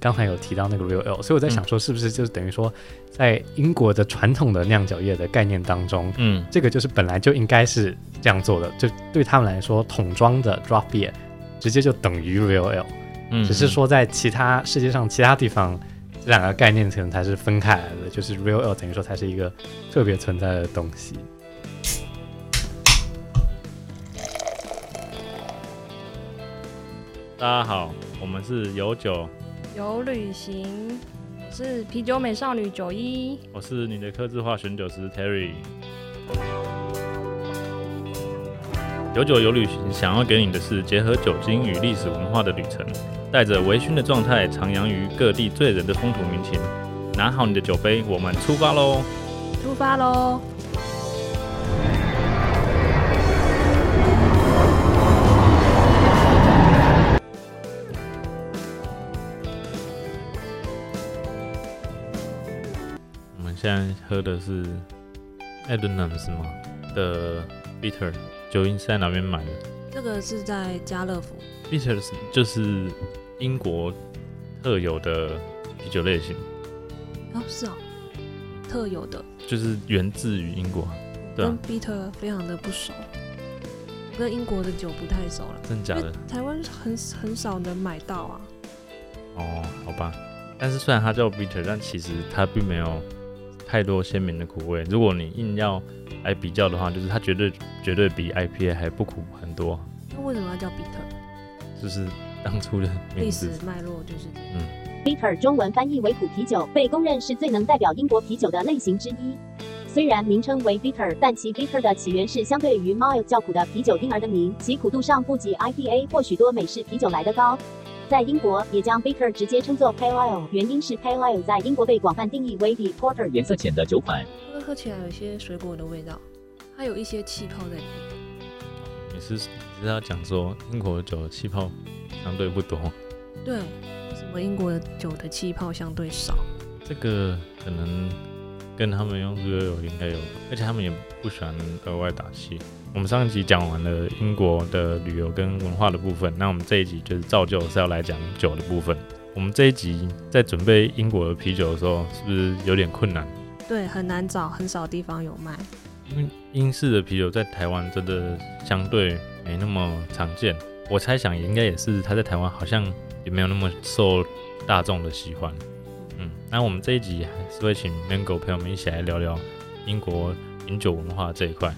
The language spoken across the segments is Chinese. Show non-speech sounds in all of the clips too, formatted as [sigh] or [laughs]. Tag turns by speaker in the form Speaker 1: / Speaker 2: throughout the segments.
Speaker 1: 刚才有提到那个 real ale，所以我在
Speaker 2: 嗯
Speaker 1: 想说，是不是就是等于说，在英国的传统的酿酒业的概念当中，
Speaker 2: 嗯，
Speaker 1: 这个就是本来就应该是这样做的，就对他们来说，桶装的 draft beer 直接就等于 real ale，
Speaker 2: 嗯
Speaker 1: 只是说在其他世界上其他地方，这两个概念可能才是分开来的，就是 real ale 等于说它是一个特别存在的东西。
Speaker 2: 嗯大家好，我们是有酒，
Speaker 3: 有旅行，我是啤酒美少女九一，
Speaker 2: 我是你的客制化选酒师 Terry。有酒有旅行，想要给你的是结合酒精与历史文化的旅程，带着微醺的状态，徜徉于各地醉人的风土民情。拿好你的酒杯，我们出发喽！
Speaker 3: 出发喽！
Speaker 2: 我们现在喝的是 Adams 吗的 Bitter，酒精是在哪边买的？
Speaker 4: 这个是在家乐福，
Speaker 2: Bitters 就是英国特有的啤酒类型，
Speaker 4: 哦，是哦，特有的，
Speaker 2: 就是源自于英国，对啊
Speaker 4: 跟 Bitter 非常的不熟，我跟英国的酒不太熟了，
Speaker 2: 真的假的？
Speaker 4: 台湾很很少能买到啊，
Speaker 2: 哦，好吧。但是虽然它叫 Bitter，但其实它并没有太多鲜明的苦味。如果你硬要来比较的话，就是它绝对绝对比 IPA 还不苦很多，
Speaker 4: 那为什么要叫 Bitter？
Speaker 2: 就是当初的名
Speaker 4: 历史
Speaker 2: 字。
Speaker 4: 脉络就是这样。
Speaker 5: Bitter 中文翻译为苦啤酒，被公认是最能代表英国啤酒的类型之一。虽然名称为 bitter，但其 bitter 的起源是相对于 mild 较苦的啤酒因而得名，其苦度上不及 IPA 或许多美式啤酒来得高。在英国，也将 bitter 直接称作 pale ale，原因是 pale ale 在英国被广泛定义为比 porter
Speaker 6: 颜色浅的酒款。
Speaker 4: 因为喝起来有一些水果的味道，它有一些气泡在里面。
Speaker 2: 你是你是要讲说英国的酒的气泡相对不多？
Speaker 4: 对，为什么英国的酒的气泡相对少？
Speaker 2: 这个可能跟他们用热油应该有，而且他们也不喜欢额外打气。我们上一集讲完了英国的旅游跟文化的部分，那我们这一集就是照旧是要来讲酒的部分。我们这一集在准备英国的啤酒的时候，是不是有点困难？
Speaker 4: 对，很难找，很少地方有卖。
Speaker 2: 因为英式的啤酒在台湾真的相对没那么常见，我猜想应该也是它在台湾好像也没有那么受大众的喜欢。嗯，那我们这一集还是会请 Mango 陪我们一起来聊聊英国饮酒文化这一块。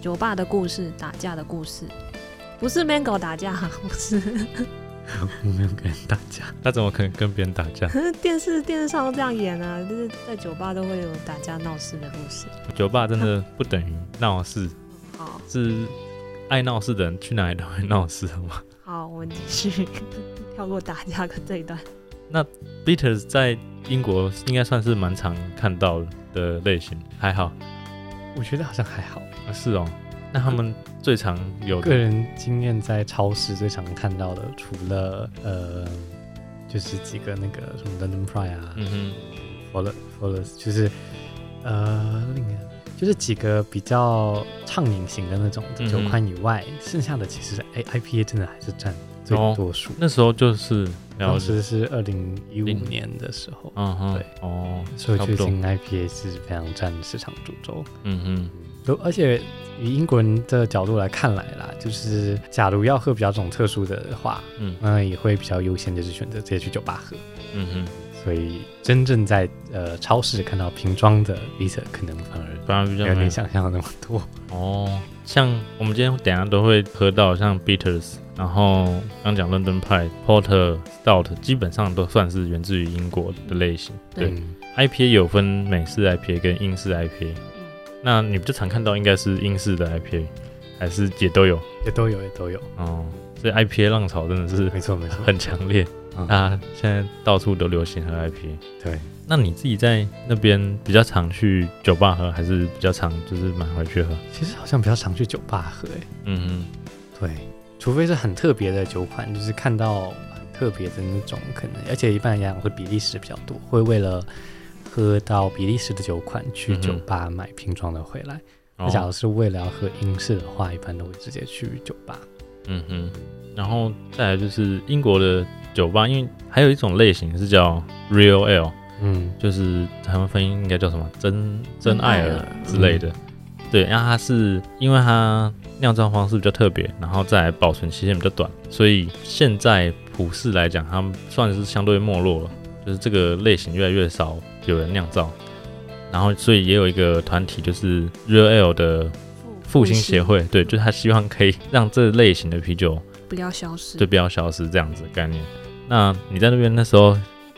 Speaker 4: 酒吧的故事，打架的故事，不是 Mango 打架， [laughs] 不是
Speaker 1: 我没有跟大家，
Speaker 2: 他怎么可能跟别人打架？
Speaker 4: 电视电视上都这样演啊，就是在酒吧都会有打架闹事的故事。
Speaker 2: 酒吧真的不等于闹事，
Speaker 4: 好，
Speaker 2: 是爱闹事的人去哪里都会闹事，好吗
Speaker 4: 好，我们继续 [laughs] 跳过打架的这一段。
Speaker 2: ？Bitters 在英国应该算是蛮常看到的类型，还好。
Speaker 1: 我觉得好像还好。
Speaker 2: 啊，是哦，那他们最常有
Speaker 1: 个
Speaker 2: 的
Speaker 1: 人经验在超市最常看到的，除了呃，就是几个那个什么 London Pride 啊，
Speaker 2: 嗯哼，
Speaker 1: f o l l f o l l 就是呃，另一个就是几个比较畅饮型的那种
Speaker 2: 嗯哼
Speaker 1: 酒款以外，剩下的其实 A I P A 真的还是占最
Speaker 2: 哦
Speaker 1: 多数。
Speaker 2: 那时候就是了
Speaker 1: 当
Speaker 2: 解，
Speaker 1: 时是二零一五年的时候，
Speaker 2: 嗯哼，
Speaker 1: 对，
Speaker 2: 哦，
Speaker 1: 所以
Speaker 2: 差
Speaker 1: 最
Speaker 2: 不多，
Speaker 1: 近 I P A 是非常占市场主轴。
Speaker 2: 嗯哼，
Speaker 1: 都而且以英国人的角度来看来啦，就是假如要喝比较这种特殊的话，
Speaker 2: 嗯
Speaker 1: 那也会比较优先就是选择直接去酒吧喝。
Speaker 2: 嗯哼，
Speaker 1: 所以真正在呃超市看到瓶装的 Vita，可能反而
Speaker 2: 反而比较
Speaker 1: 嗯没有
Speaker 2: 没
Speaker 1: 你
Speaker 2: 有
Speaker 1: 想象的那么多。
Speaker 2: 啊哦，像我们今天等一下都会喝到像 Bitters，然后刚讲 London Pie、Porter、Stout，基本上都算是源自于英国的类型。
Speaker 4: 对
Speaker 1: 嗯
Speaker 2: IPA 有分美式 IPA 跟英式 IPA，
Speaker 4: 嗯，
Speaker 2: 那你比较常看到应该是英式的 IPA，还是也都有
Speaker 1: 也都有，也都有，
Speaker 2: 哦。所以 IPA 浪潮真的是
Speaker 1: 没错没错，
Speaker 2: [laughs] 很强烈，
Speaker 1: 嗯
Speaker 2: 那现在到处都流行喝 IPA。
Speaker 1: 对。
Speaker 2: 那你自己在那边比较常去酒吧喝，还是比较常就是买回去喝？
Speaker 1: 其实好像比较常去酒吧喝、欸，
Speaker 2: 嗯
Speaker 1: 对，除非是很特别的酒款，就是看到很特别的那种，可能而且一般来讲会比利时比较多，会为了喝到比利时的酒款去
Speaker 2: 嗯哼
Speaker 1: 酒吧买瓶装的回来。那、
Speaker 2: 哼，
Speaker 1: 假如是为了要喝英式的话，一般都会直接去酒吧。
Speaker 2: 嗯哼，然后再来就是英国的酒吧，因为还有一种类型是叫 Real Ale，
Speaker 1: 嗯
Speaker 2: 就是台湾翻译应该叫什么真真
Speaker 4: 真
Speaker 2: 爱
Speaker 4: 爱
Speaker 2: 尔
Speaker 4: 尔
Speaker 2: 之类的。对，然后它是因为它酿造方式比较特别，然后再来保存期限比较短，所以现在普世来讲，它们算是相对没落了，就是这个类型越来越少有人酿造。然后，所以也有一个团体，就是 Real Ale 的复兴协会，对，就是他希望可以让这类型的啤酒
Speaker 4: 不要消失
Speaker 2: 就。不要消失这样子的概念。那你在那边那时候，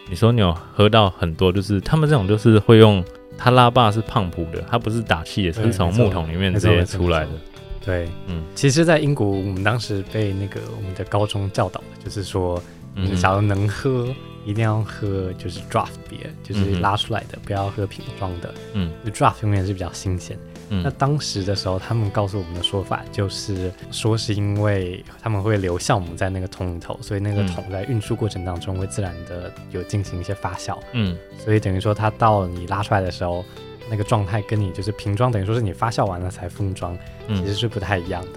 Speaker 2: 你说你有喝到很多，就是他们这种就是会用它拉霸是胖脯的，它不是打气的，
Speaker 1: 对
Speaker 2: 是从木桶里面直接出来的
Speaker 1: 没。对，
Speaker 2: 嗯，
Speaker 1: 其实，在英国，我们当时被那个我们的高中教导，就是说，
Speaker 2: 嗯
Speaker 1: 你假如能喝，一定要喝就是 draft 别，就是
Speaker 2: 嗯
Speaker 1: 拉出来的，不要喝瓶装的。
Speaker 2: 嗯
Speaker 1: 就，draft 永远是比较新鲜。
Speaker 2: 嗯
Speaker 1: 那当时的时候，他们告诉我们的说法就是说，是因为他们会留酵母在那个桶里头，所以那个
Speaker 2: 嗯
Speaker 1: 桶在运输过程当中会自然的有进行一些发酵，
Speaker 2: 嗯
Speaker 1: 所以等于说它到你拉出来的时候，那个状态跟你就是瓶装，等于说是你发酵完了才封装，其实
Speaker 2: 嗯
Speaker 1: 是不太一样的。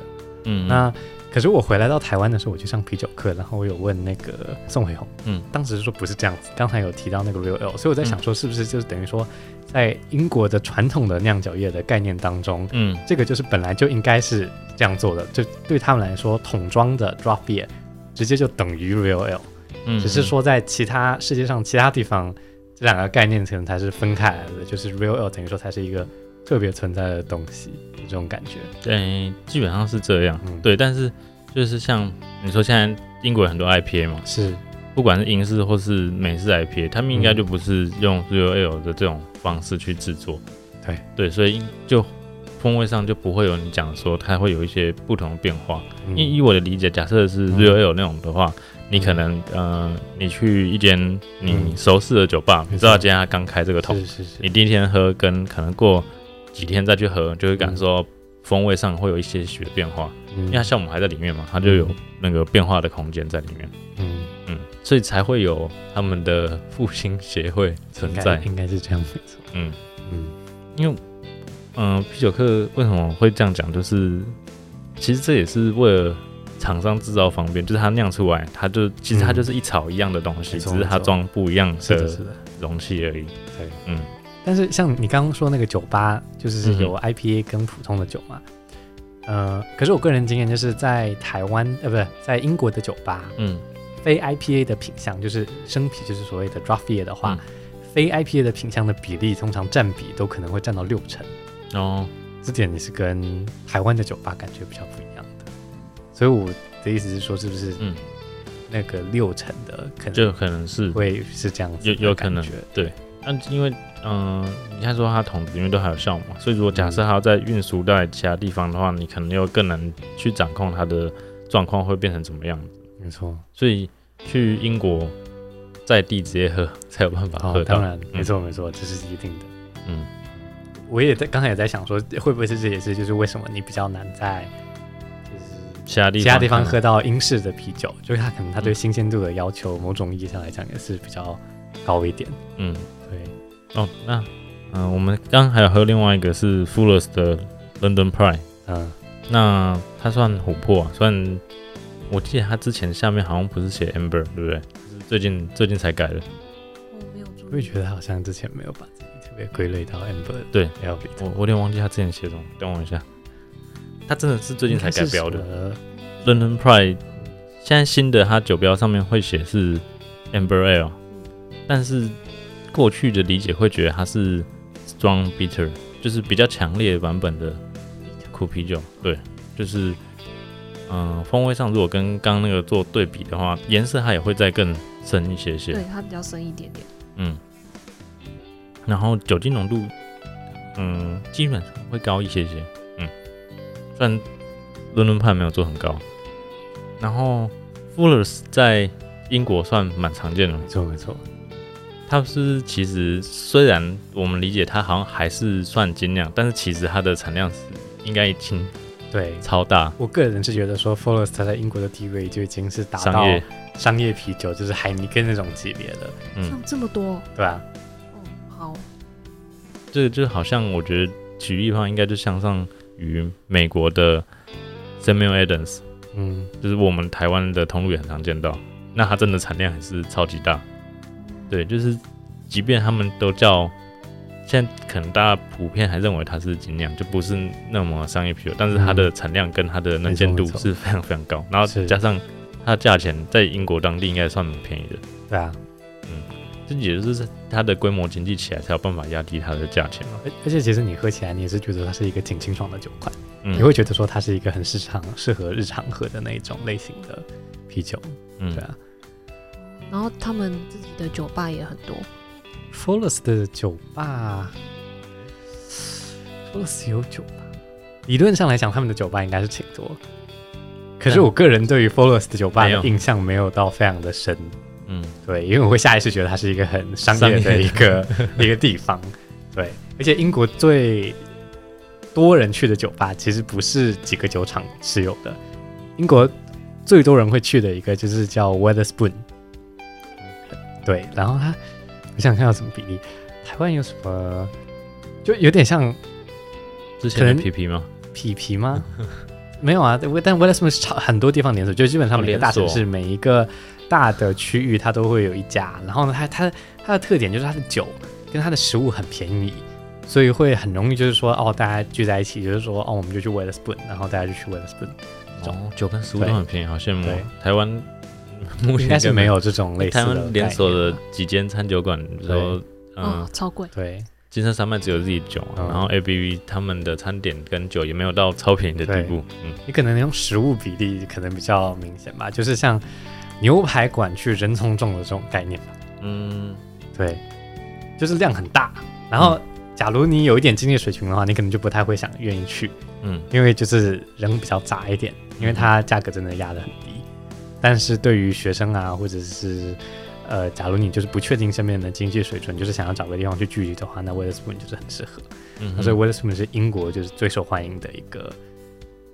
Speaker 2: 嗯，
Speaker 1: 那可是我回来到台湾的时候，我去上啤酒课，然后我有问那个宋伟宏，
Speaker 2: 嗯，
Speaker 1: 当时是说不是这样子，刚才有提到那个 real ale，所以我在想说，是不是就是等于说，在英国的传统的酿酒业的概念当中，
Speaker 2: 嗯
Speaker 1: 这个就是本来就应该是这样做的，就对他们来说，桶装的 drop beer 直接就等于 real ale，
Speaker 2: 嗯，
Speaker 1: 只是说在其他世界上其他地方，这两个概念可能才是分开来的，就是 real ale 等于说它是一个特别存在的东西，这种感觉，
Speaker 2: 嗯对，基本上是这样。
Speaker 1: 嗯
Speaker 2: 对，但是就是像你说，现在英国有很多 IPA 嘛，
Speaker 1: 是
Speaker 2: 不管是英式或是美式 IPA，他们应
Speaker 1: 嗯
Speaker 2: 该就不是用 r e o l 的这种方式去制作。
Speaker 1: 对
Speaker 2: 对，所以就风味上就不会有你讲说它会有一些不同的变化。
Speaker 1: 嗯
Speaker 2: 因为以我的理解，假设是
Speaker 1: 嗯
Speaker 2: r e o l 那种的话，你可能呃，你去一间你熟识的酒吧，你知道今天它刚开这个桶，
Speaker 1: 嗯是是是
Speaker 2: 你第一天喝跟可能过几天再去喝，就会感受到风味上会有一些许的变化，
Speaker 1: 嗯
Speaker 2: 因为它酵母还在里面嘛，它就有那个变化的空间在里面。
Speaker 1: 嗯
Speaker 2: 嗯，所以才会有他们的复兴协会存
Speaker 1: 应该
Speaker 2: 在。
Speaker 1: 应该是这样没错。
Speaker 2: 嗯
Speaker 1: 嗯
Speaker 2: 因为，嗯、啤酒课为什么会这样讲？就是其实这也是为了厂商制造方便，就是它酿出来，它就其实它
Speaker 1: 嗯
Speaker 2: 就是一草一样的东西，
Speaker 1: 没
Speaker 2: 只
Speaker 1: 错
Speaker 2: 是它
Speaker 1: 没错
Speaker 2: 装不一样
Speaker 1: 是的，是
Speaker 2: 的
Speaker 1: 的，
Speaker 2: 容器而已。
Speaker 1: 对，
Speaker 2: 嗯。
Speaker 1: 但是像你刚刚说那个酒吧，就是是
Speaker 2: 嗯哼
Speaker 1: 有 IPA 跟普通的酒嘛。呃，可是我个人经验就是在台湾，呃，不是在英国的酒吧，
Speaker 2: 嗯
Speaker 1: 非 IPA 的品相，就是生啤，就是所谓的 draft beer 的
Speaker 2: 嗯
Speaker 1: 话，非 IPA 的品相的比例通常占比都可能会占到六成，
Speaker 2: 哦，
Speaker 1: 这点你是跟台湾的酒吧感觉比较不一样的。所以我的意思是说，是不是
Speaker 2: 嗯
Speaker 1: 那个六成的可能
Speaker 2: 就可能是
Speaker 1: 会是这样子
Speaker 2: 有
Speaker 1: 的
Speaker 2: 有可能
Speaker 1: 感觉
Speaker 2: 对。但因为嗯、你看说它桶子里面都还有酵母嘛，所以如果假设它要再运输到其他地方的话，你可能又更难去掌控它的状况会变成怎么样。
Speaker 1: 没错，
Speaker 2: 所以去英国在地直接喝 [laughs] 才有办法喝
Speaker 1: 哦，
Speaker 2: 到。
Speaker 1: 当然，没错没错，这是一定的。
Speaker 2: 嗯，
Speaker 1: 我也在刚才也在想说，会不会是这也是就是为什么你比较难在
Speaker 2: 其他地
Speaker 1: 其他地方喝到英式的啤酒，就是它可能它
Speaker 2: 嗯
Speaker 1: 对新鲜度的要求，某种意义上来讲也是比较高一点。
Speaker 2: 嗯
Speaker 1: 对，
Speaker 2: 哦，那嗯、呃我们刚刚还有喝另外一个是 Fuller's 的 London Pride，
Speaker 1: 嗯，
Speaker 2: 那它算琥珀、啊，算我记得它之前下面好像不是写 amber 对不对？就是最近最近才改的。
Speaker 4: 我哦没有注意，
Speaker 1: 我也觉得好像之前没有把自己特别归类到 amber
Speaker 2: 对
Speaker 1: L B，
Speaker 2: 我我有点忘记它之前写什么，等我一下。它真的是最近才改标的。
Speaker 1: 的。
Speaker 2: London Pride 现在新的它酒标上面会写是 Amber Ale，但是过去的理解会觉得它是 Strong Bitter，就是比较强烈版本的苦啤酒。对，就是嗯、呃风味上如果跟刚刚那个做对比的话，颜色它也会再更深一些些
Speaker 4: 对。它比较深一点点，
Speaker 2: 嗯，然后酒精浓度嗯基本上会高一些些。嗯，虽然伦敦派没有做很高。然后 Fullers 在英国算蛮常见的，
Speaker 1: 没错没错，
Speaker 2: 它是其实虽然我们理解它好像还是算精酿，但是其实它的产量是应该已经
Speaker 1: 对
Speaker 2: 超大
Speaker 1: 我个人是觉得说 f o r e s t 在英国的地位就已经是达到
Speaker 2: 商业。
Speaker 1: 商业啤酒，就是海尼根那种级别的，
Speaker 2: 嗯，
Speaker 4: 像这么多，
Speaker 1: 对啊，
Speaker 4: 哦，好，
Speaker 2: 这个就好像我觉得举例的话，应该就相当于美国的 Samuel Adams，
Speaker 1: 嗯
Speaker 2: 就是我们台湾的通路也很常见到。那它真的产量还是超级大。对，就是即便他们都叫，现在可能大家普遍还认为它是精酿，就不是那么商业啤酒，但是它的产量跟它的能见度
Speaker 1: 没错没错
Speaker 2: 是非常非常高，然后
Speaker 1: 是
Speaker 2: 加上它的价钱在英国当地应该算蛮便宜的，
Speaker 1: 对啊，
Speaker 2: 这也就是它的规模经济起来才有办法压低它的价钱嘛。
Speaker 1: 而而且其实你喝起来，你也是觉得它是一个挺清爽的酒款，
Speaker 2: 嗯
Speaker 1: 你会觉得说它是一个很市场适合日常喝的那一种类型的啤酒，
Speaker 2: 嗯
Speaker 1: 对啊。
Speaker 4: 然后他们自己的酒吧也很多，
Speaker 1: f o l l e s 的酒吧 f o l l e s 有酒吧，理论上来讲，他们的酒吧应该是挺多。可是
Speaker 2: 嗯
Speaker 1: 我个人对于 f o l l e s 的酒吧
Speaker 2: 没
Speaker 1: 的
Speaker 2: 有
Speaker 1: 印象没有到非常的深，
Speaker 2: 嗯，
Speaker 1: 对，因为我会下意识觉得它是一个很商业
Speaker 2: 商业
Speaker 1: 的一个一个地方，对，而且英国最多人去的酒吧其实不是几个酒厂持有的，英国最多人会去的一个就是叫 Weatherspoon，对，然后它我想看有什么比例，台湾有什么就有点像
Speaker 2: 之前
Speaker 1: 可
Speaker 2: 的
Speaker 1: 能
Speaker 2: PP 吗？
Speaker 1: 皮皮吗？ [laughs] 没有啊，但但 Weatherspoon 是超很多地方连锁，就基本上
Speaker 2: 哦
Speaker 1: 每个
Speaker 2: 连
Speaker 1: 大城
Speaker 2: 锁
Speaker 1: 市、每一个大的区域它都会有一家。然后呢，它它它的特点就是它的酒跟它的食物很便宜，所以会很容易就是说哦，大家聚在一起，就是说哦，我们就去 Weatherspoon，然后大家就去 Weatherspoon，
Speaker 2: 哦，酒跟食物都很便宜，好羡慕哦
Speaker 1: 对。
Speaker 2: 台湾目前
Speaker 1: 应该是没有这种类似
Speaker 2: [laughs] 台
Speaker 1: 的
Speaker 2: 湾连锁
Speaker 1: 概念啊
Speaker 2: 的
Speaker 1: 吧
Speaker 2: 几间餐酒馆，比如说嗯
Speaker 4: 哦，，超贵。
Speaker 1: 对
Speaker 2: 金山山脉只有自己酒，啊
Speaker 1: 嗯
Speaker 2: 然后 A B V 他们的餐点跟酒也没有到超便宜的地步，嗯，
Speaker 1: 你可能用食物比例可能比较明显吧，就是像牛排馆去人从众的这种概念吧。
Speaker 2: 嗯，
Speaker 1: 对，就是量很大。然后，假如你有一点经济水平的话，你可能就不太会想愿意去，
Speaker 2: 嗯，
Speaker 1: 因为就是人比较杂一点，因为它价格真的压得很低。但是对于学生啊，或者是呃，假如你就是不确定身边的经济水准，就是想要找个地方去聚集的话，那 Weatherspoon 就是很适合。
Speaker 2: 嗯
Speaker 1: 那
Speaker 2: 哼
Speaker 1: 所以 Weatherspoon 是英国就是最受欢迎的一个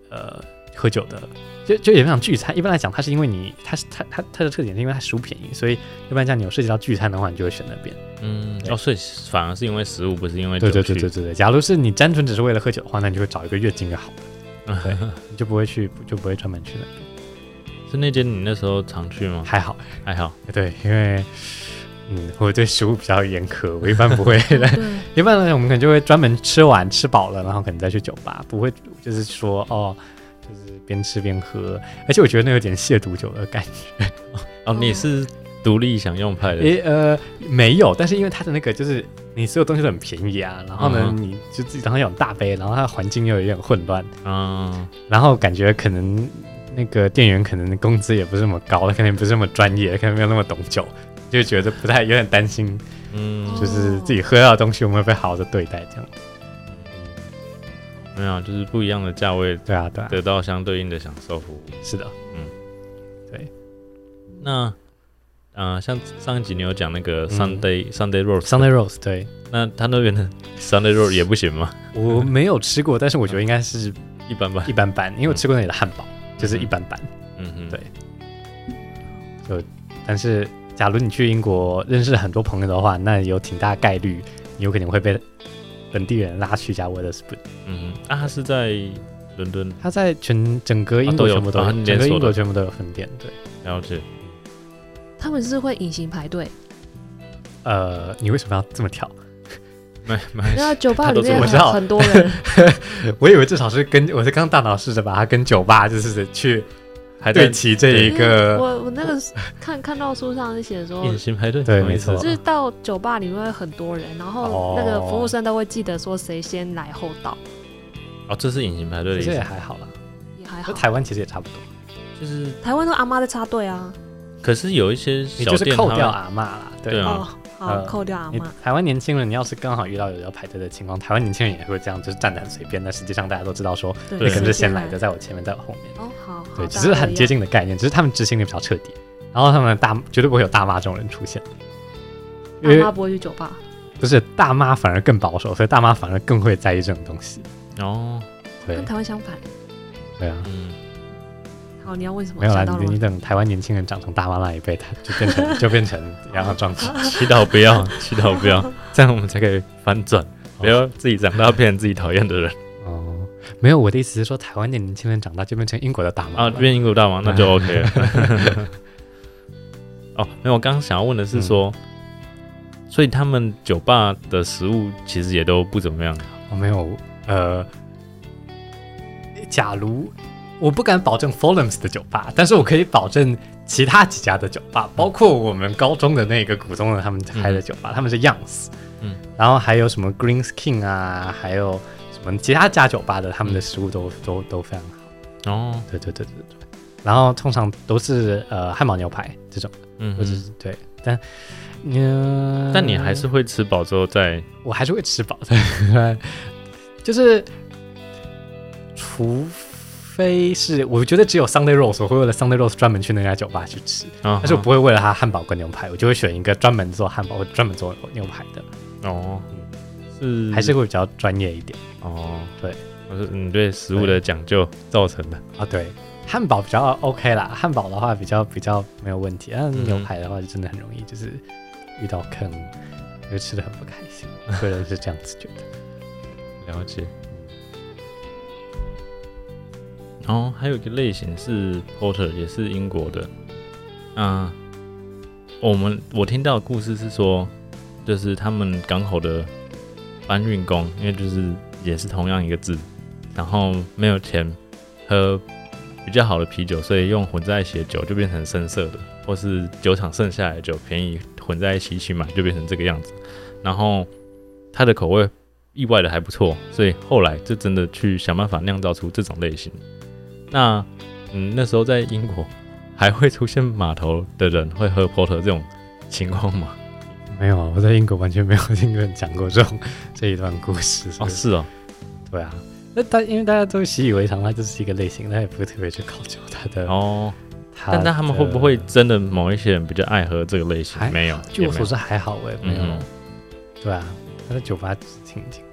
Speaker 1: 呃喝酒的，就就也不想聚餐。一般来讲，它是因为你它是它它它的特点是因为它食物便宜，所以一般讲你有涉及到聚餐的话，你就会选那边。
Speaker 2: 嗯，哦，所以反而是因为食物，不是因为酒
Speaker 1: 对对对
Speaker 2: 去
Speaker 1: 对对对，假如是你单纯只是为了喝酒的话，那你就会找一个越近越好的，
Speaker 2: [laughs]
Speaker 1: 对，你就不会去，就不会专门去那边。
Speaker 2: 是那间你那时候常去吗？
Speaker 1: 还好，
Speaker 2: 还好，
Speaker 1: 对，因为嗯，我对食物比较严苛，我一般不会 [laughs] 来，
Speaker 4: 哦对，
Speaker 1: 一般呢，我们可能就会专门吃完吃饱了，然后可能再去酒吧，不会就是说哦，就是边吃边喝，而且我觉得那有点亵渎酒的感
Speaker 2: [laughs]
Speaker 1: 觉。
Speaker 2: 哦，你是独立享用派的，
Speaker 1: 诶呃，没有，但是因为它的那个就是你所有东西都很便宜啊，然后呢，
Speaker 2: 嗯
Speaker 1: 你就自己当然有很大杯，然后它的环境又有点混乱。
Speaker 2: 嗯，
Speaker 1: 然后感觉可能那个店员可能工资也不是那么高，他可能不是那么专业，可能没有那么懂酒，就觉得不太有点担心，
Speaker 2: 嗯，
Speaker 1: 就是自己喝到的东西有没有被好好的对待这样。
Speaker 2: 没有，就是不一样的价位
Speaker 1: 对啊，对啊，
Speaker 2: 得到相对应的享受服务。
Speaker 1: 是的，
Speaker 2: 那，呃，像上一集你有讲那个
Speaker 1: 嗯
Speaker 2: Sunday、Sunday Roast，
Speaker 1: Sunday Rose 对。
Speaker 2: 那他那边的 Sunday Roast 也不行 [laughs] 吗？
Speaker 1: 我没有吃过，但是我觉得应该是
Speaker 2: 一般般
Speaker 1: 一。般般，因为我吃过那里的汉堡，就是一般般。
Speaker 2: 嗯哼，
Speaker 1: 对但是，假如你去英国认识很多朋友的话，那有挺大概率你有可能会被本地人拉去加 Wetherspoon。
Speaker 2: 嗯哼，啊，他是在伦敦，
Speaker 1: 他在全整个英
Speaker 2: 啊都
Speaker 1: 国
Speaker 2: 有
Speaker 1: 全部都有，
Speaker 2: 啊连
Speaker 1: 整个
Speaker 2: 锁
Speaker 1: 英
Speaker 2: 的
Speaker 1: 国全部都有分店。对，
Speaker 2: 了解。
Speaker 4: 他们是会隐形排队，
Speaker 1: 呃，你为什么要这么跳？
Speaker 2: 没没 [laughs]
Speaker 4: 那酒吧
Speaker 2: 哎他都
Speaker 4: 里
Speaker 2: 这么
Speaker 4: 面
Speaker 1: 我知道
Speaker 4: 很很
Speaker 2: [laughs]
Speaker 4: 多人，
Speaker 1: 我以为至少是跟我是刚大脑试着把它跟酒吧就是去
Speaker 2: 还在
Speaker 1: 对齐这一
Speaker 4: 因为
Speaker 1: 个，
Speaker 4: 我我那个看看到书上是写说，
Speaker 2: 隐形排队，
Speaker 1: 对
Speaker 2: 什么意思
Speaker 1: 没
Speaker 4: 就
Speaker 1: 错
Speaker 4: 是到酒吧里面会很多人，然
Speaker 1: 哦
Speaker 4: 后那个服务生都会记得说谁先来后到，
Speaker 2: 哦，这是隐啊形排队的意
Speaker 1: 其实也
Speaker 2: 思，
Speaker 1: 还好啦。
Speaker 4: 也还
Speaker 1: 那
Speaker 4: 好。
Speaker 1: 台湾其实也差不多，
Speaker 2: 就是
Speaker 4: 台湾都阿妈在插队啊，
Speaker 2: 可是有一些
Speaker 1: 你
Speaker 2: 小
Speaker 1: 就是
Speaker 2: 店，
Speaker 1: 扣掉阿嬷啦，
Speaker 2: 对
Speaker 1: 对。
Speaker 2: 啊
Speaker 4: 哦，好
Speaker 1: 呃
Speaker 4: 扣掉阿
Speaker 1: 你
Speaker 4: 妈，
Speaker 1: 台湾年轻人，你要是刚好遇到有要排队的情况，台湾年轻人也会这样，就是站得很随便。但实际上大家都知道说，
Speaker 4: 对，
Speaker 1: 那可能是先
Speaker 4: 来
Speaker 1: 来的，。在我前面，在我后面。
Speaker 4: 哦，好，好
Speaker 1: 对，只是很接。近的概念，只是他们执行力比较彻底。然后他们大绝对不会有大妈这种人出现，因
Speaker 4: 大家都一样
Speaker 1: 为
Speaker 4: 阿妈不会去酒吧，
Speaker 1: 不是大妈反而更保守，所以大妈反而更会在意这种东西。
Speaker 2: 哦，
Speaker 1: 对
Speaker 4: 跟台湾相反。
Speaker 1: 对啊，
Speaker 2: [laughs] 嗯，
Speaker 4: 好，你要问什么？
Speaker 1: 没有啦
Speaker 4: 想到，了
Speaker 1: 你
Speaker 4: 吗
Speaker 1: 你？等台湾年轻人长成大妈那一辈，他就变成就变成养老装置，
Speaker 2: 祈祷不要，祈祷不要， [laughs] 这样我们才可以翻转，不要自己长大变成自己讨厌的人
Speaker 1: 哦，没有，我的意思是说，台
Speaker 2: 哦
Speaker 1: 湾的年轻人长大就变成英国的大妈
Speaker 2: 啊，
Speaker 1: 了
Speaker 2: 变英国大王那就 OK 了。 [laughs] 哦，没有，我刚刚想要问的是说，
Speaker 1: 嗯
Speaker 2: 所以他们酒吧的食物其实也都不怎么样。
Speaker 1: 我哦没有，呃，假如我不敢保证 Forums 的酒吧，但是我可以保证其他几家的酒吧，包括我们高中的那个股东的他们开的酒吧，他们是 Youngs，
Speaker 2: 嗯，
Speaker 1: 然后还有什么 Green Skin 啊，还有什么其他家酒吧的，他们的食物都、都都非常好，
Speaker 2: 哦，
Speaker 1: 对对对对对。然后通常都是呃汉堡牛排这种，
Speaker 2: 嗯
Speaker 1: 或者
Speaker 2: 哼，
Speaker 1: 是、对，但嗯，
Speaker 2: 但你
Speaker 1: [laughs]
Speaker 2: 还是会吃饱之后再，
Speaker 1: 我还是会吃饱的，就是除非是我觉得只有 Sunday Roast，我会为了 Sunday Roast 专门去那家酒吧去吃，
Speaker 2: 但
Speaker 1: 但嗯是我不会为了它汉堡跟牛排，我就会选一个专门做汉堡或者专门做牛排的，
Speaker 2: 哦，是
Speaker 1: 还是会比较专业一点
Speaker 2: 哦，
Speaker 1: 对，
Speaker 2: 我是你对食物的讲究造成的。
Speaker 1: 啊。对，汉堡比较 OK 啦，汉堡的话比较比较没有问题，但
Speaker 2: 嗯哼
Speaker 1: 牛排的话就真的很容易就是遇到坑，就吃的很不开
Speaker 2: [laughs]
Speaker 1: 心，个人是这样子觉得。
Speaker 2: 了解。然后还有一个类型是 porter，也是英国的。啊，我们我听到的故事是说，就是他们港口的搬运工，因为就是也是同样一个字，然后没有钱喝比较好的啤酒，所以用混在一起的酒就变成深色的，或是酒厂剩下来的酒便宜混在一起一起买就变成这个样子。然后它的口味意外的还不错，所以后来就真的去想办法酿造出这种类型。那嗯，那时候在英国还会出现码头的人 [laughs] 会喝 porter 这种情况吗？
Speaker 1: 没有，啊，我在英国完全没有 [laughs] 听人讲过这种这一段故事。
Speaker 2: 哦，是哦，
Speaker 1: 对啊，那大因为大家都习以为常，它就是一个类型，他也不会特别去考究它的。
Speaker 2: 哦，
Speaker 1: 它
Speaker 2: 但
Speaker 1: 的
Speaker 2: 但他们会不会？真的某一些人比较爱喝这个类型
Speaker 1: 还？
Speaker 2: 没有，
Speaker 1: 据我
Speaker 2: 也没
Speaker 1: 所
Speaker 2: 有
Speaker 1: 知还好哎、没有。
Speaker 2: 嗯
Speaker 1: 对啊，它的酒吧就是挺挺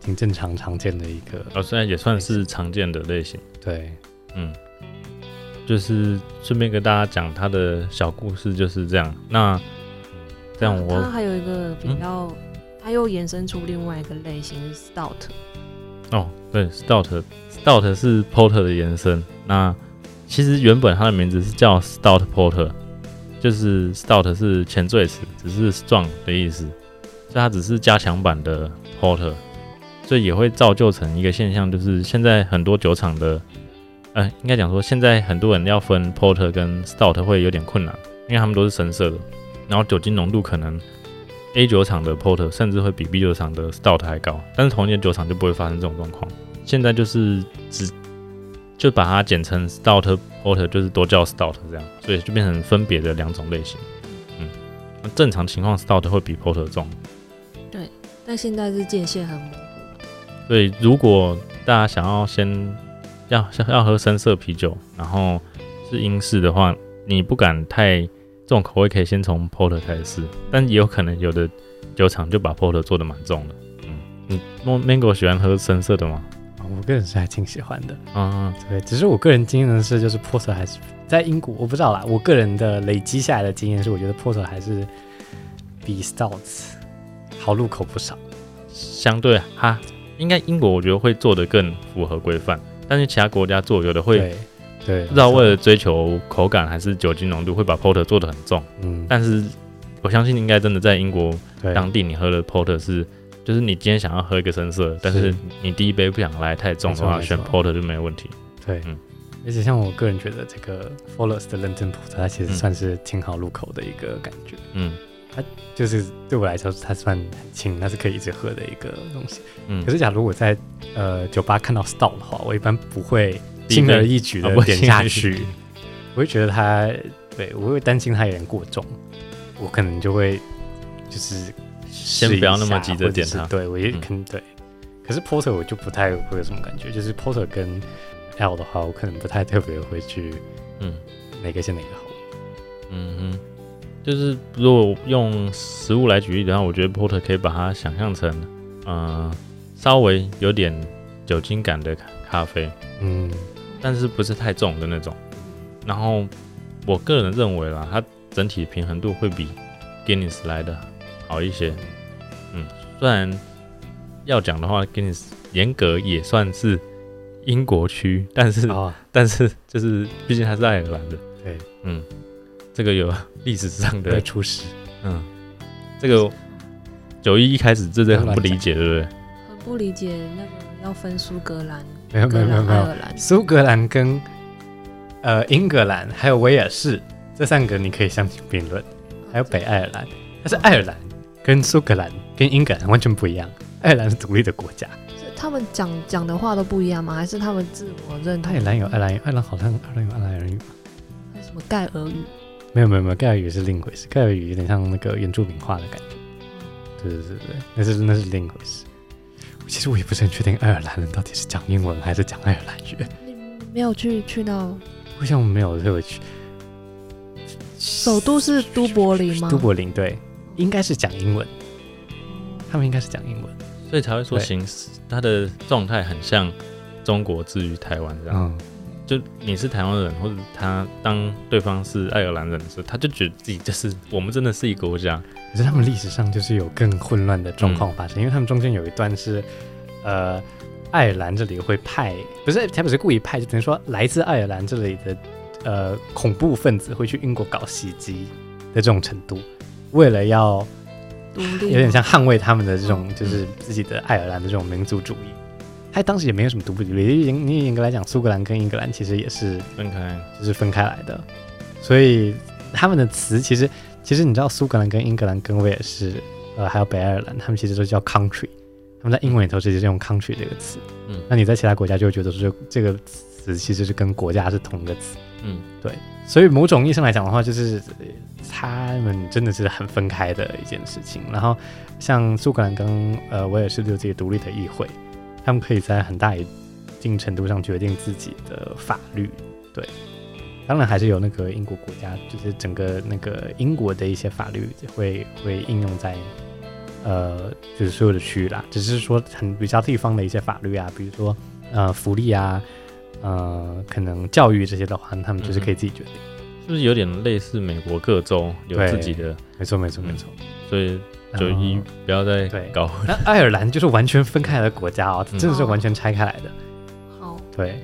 Speaker 1: 挺正常常见的一个。
Speaker 2: 哦，虽然也算是常见的类型。
Speaker 1: 对，
Speaker 2: 就是顺便跟大家讲他的小故事就是这样。那这样
Speaker 4: 它
Speaker 2: 我嗯
Speaker 4: 还有一个比较，它又衍生出另外一个类型是 stout，
Speaker 2: 哦，对，stout stout 是 porter 的延伸。那其实原本它的名字是叫 stout porter，就是 stout 是前缀词，只是 strong 的意思，所以它只是加强版的 porter，所以也会造就成一个现象，就是现在很多酒厂的，呃，应该讲说现在很多人要分 porter 跟 stout 会有点困难，因为他们都是深色的，然后酒精浓度可能 A 酒厂的 porter 甚至会比 B 酒厂的 stout 还高，但是同一间酒厂就不会发生这种状况。现在就是只就把它简称 stout porter，就是都叫 stout 这样，所以就变成分别的两种类型。嗯，那正常情况 stout 会比 porter 重，
Speaker 4: 但现在是界限很模糊。
Speaker 2: 所以如果大家想要先要要喝深色啤酒，然后是英式的话，你不敢太这种口味，可以先从 porter 开始试，但也有可能有的酒厂就把 porter 做的蛮重的。嗯，你 mango 喜欢喝深色的吗？
Speaker 1: 我个人是还挺喜欢的。
Speaker 2: 啊，
Speaker 1: 对，只是我个人经验的是，就是 porter 还是在英国，我不知道啦。我个人的累积下来的经验是，我觉得 porter 还是比 stout 好入口不少。
Speaker 2: 相对哈，应该英国我觉得会做的更符合规范，但是其他国家做有的会
Speaker 1: 对对，
Speaker 2: 不知道为了追求口感还是酒精浓度，会把 porter 做的很重。
Speaker 1: 嗯，
Speaker 2: 但是我相信应该真的在英国
Speaker 1: 对，
Speaker 2: 当地，你喝的 porter 是，就是你今天想要喝一个深色的，但是
Speaker 1: 是
Speaker 2: 你第一杯不想来太重的话，
Speaker 1: 没错
Speaker 2: 选
Speaker 1: 没
Speaker 2: porter 就没问题。
Speaker 1: 对，
Speaker 2: 嗯
Speaker 1: 而且像我个人觉得这个 Forest 的 London Porter，它其实
Speaker 2: 嗯
Speaker 1: 算是挺好入口的一个感觉，
Speaker 2: 嗯
Speaker 1: 就是对我来说它算很轻，它是可以一直喝的一个东西。
Speaker 2: 嗯，
Speaker 1: 可是假如我在呃酒吧看到 Stout 的话，我一般不会
Speaker 2: 第一
Speaker 1: 轻
Speaker 2: 杯
Speaker 1: 而易举
Speaker 2: 啊
Speaker 1: 的
Speaker 2: 不会
Speaker 1: 点
Speaker 2: 轻
Speaker 1: 下
Speaker 2: 而易
Speaker 1: 去，
Speaker 2: 举
Speaker 1: 我会觉得它，对我会担心它有点过重，我可能就会就是
Speaker 2: 先
Speaker 1: 试一
Speaker 2: 不要那
Speaker 1: 下
Speaker 2: 么急着点
Speaker 1: 或者
Speaker 2: 它
Speaker 1: 是。对我也
Speaker 2: 嗯
Speaker 1: 肯、对。可是 porter 我就不太会有什么感觉，就是 porter 跟 L 的话，我可能不太特别会去
Speaker 2: 嗯
Speaker 1: 哪个先哪个后。
Speaker 2: [laughs] 嗯哼，就是如果用食物来举例的话，我觉得 porter 可以把它想象成，嗯、稍微有点酒精感的咖咖啡，
Speaker 1: 嗯，
Speaker 2: 但是不是太重的那种。然后我个人认为啦，它整体平衡度会比 Guinness 来的好一些。嗯，虽然要讲的话，Guinness 严格也算是英国区，但是、
Speaker 1: 哦，
Speaker 2: 但是就是毕竟它是爱尔兰的，
Speaker 1: 对，
Speaker 2: 嗯，这个有历史上
Speaker 1: 对
Speaker 2: 的，
Speaker 1: 厨师，
Speaker 2: 嗯，这个九一一开始真的很不理解，对不对？
Speaker 4: 很不理解那个要分苏格兰、
Speaker 1: 没有没
Speaker 4: 格
Speaker 1: 有没有
Speaker 4: 兰、
Speaker 1: 没
Speaker 4: 爱
Speaker 1: 有，
Speaker 4: 尔兰，
Speaker 1: 苏格兰跟呃英格兰还有威尔士这三个你可以相提并论，还有北爱尔兰，但是爱尔兰跟苏格兰跟英格兰完全不一样，爱尔兰是独立的国家，
Speaker 4: 是他们讲讲的话都不一样吗？还是他们自我认同？
Speaker 1: 爱尔兰有爱尔兰语，爱尔兰好像爱尔兰有爱尔兰语吧，
Speaker 4: 还有什么盖俄语？
Speaker 1: 没有没有没有，盖尔语是另一回事，盖尔语有点像那个原住民话的感觉，对对对对，那是那是另一回事。其实我也不是很确定爱尔兰人到底是讲英文还是讲爱尔兰语，
Speaker 4: 你没有去去到
Speaker 1: 我想我没有特别去。
Speaker 4: 首都是都柏林吗？
Speaker 1: 都柏林对，应该是讲英文，他们应该是讲英文。
Speaker 2: 所以才会说
Speaker 1: 对
Speaker 2: 形式它的状态很像中国至于台湾这样。
Speaker 1: 嗯，
Speaker 2: 就你是台湾人，或者他当对方是爱尔兰人的时候，他就觉得自己就是我们真的是一个国家，
Speaker 1: 可是他们历史上就是有更混乱的状况发生，因为他们中间有一段是，呃，爱尔兰这里会派，不是他不是故意派，就等于说来自爱尔兰这里的呃恐怖分子会去英国搞袭击的这种程度，为了要
Speaker 4: 独立吗，
Speaker 1: 有点像捍卫他们的这种就是自己的爱尔兰的这种民族主义。他当时也没有什么独不独立，严你严格来讲，苏格兰跟英格兰其实也是
Speaker 2: 分开
Speaker 1: 就是分开来的，所以他们的词其实其实你知道苏格兰跟英格兰跟威尔士，呃，还有北爱尔兰，他们其实都叫 country，他们在英文里头直接用 country 这个词。
Speaker 2: 嗯
Speaker 1: 那你在其他国家就会觉得说这个词其实是跟国家是同一个词，
Speaker 2: 嗯，
Speaker 1: 对。所以某种意义上来讲的话，就是呃他们真的是很分开的一件事情。然后像苏格兰跟呃威尔士就有自己独立的议会，他们可以在很大一定程度上决定自己的法律，对。当然还是有那个英国国家，就是整个那个英国的一些法律会会应用在呃，就是所有的区域啦，只是说很比较地方的一些法律啊，比如说呃福利啊，呃可能教育这些的话，他们就是可以自己决定。
Speaker 2: 是不是有点类似美国各州有
Speaker 1: 对
Speaker 2: 自己的？
Speaker 1: 没错，没错，
Speaker 2: 嗯
Speaker 1: 没错。
Speaker 2: 所以
Speaker 1: 然
Speaker 2: 九一
Speaker 1: 后
Speaker 2: 不要再
Speaker 1: 对
Speaker 2: 搞
Speaker 1: 那爱尔兰就是完全分开来的国家哦，
Speaker 2: 嗯
Speaker 1: 真的是完全拆开来的。
Speaker 4: 好，
Speaker 1: 对，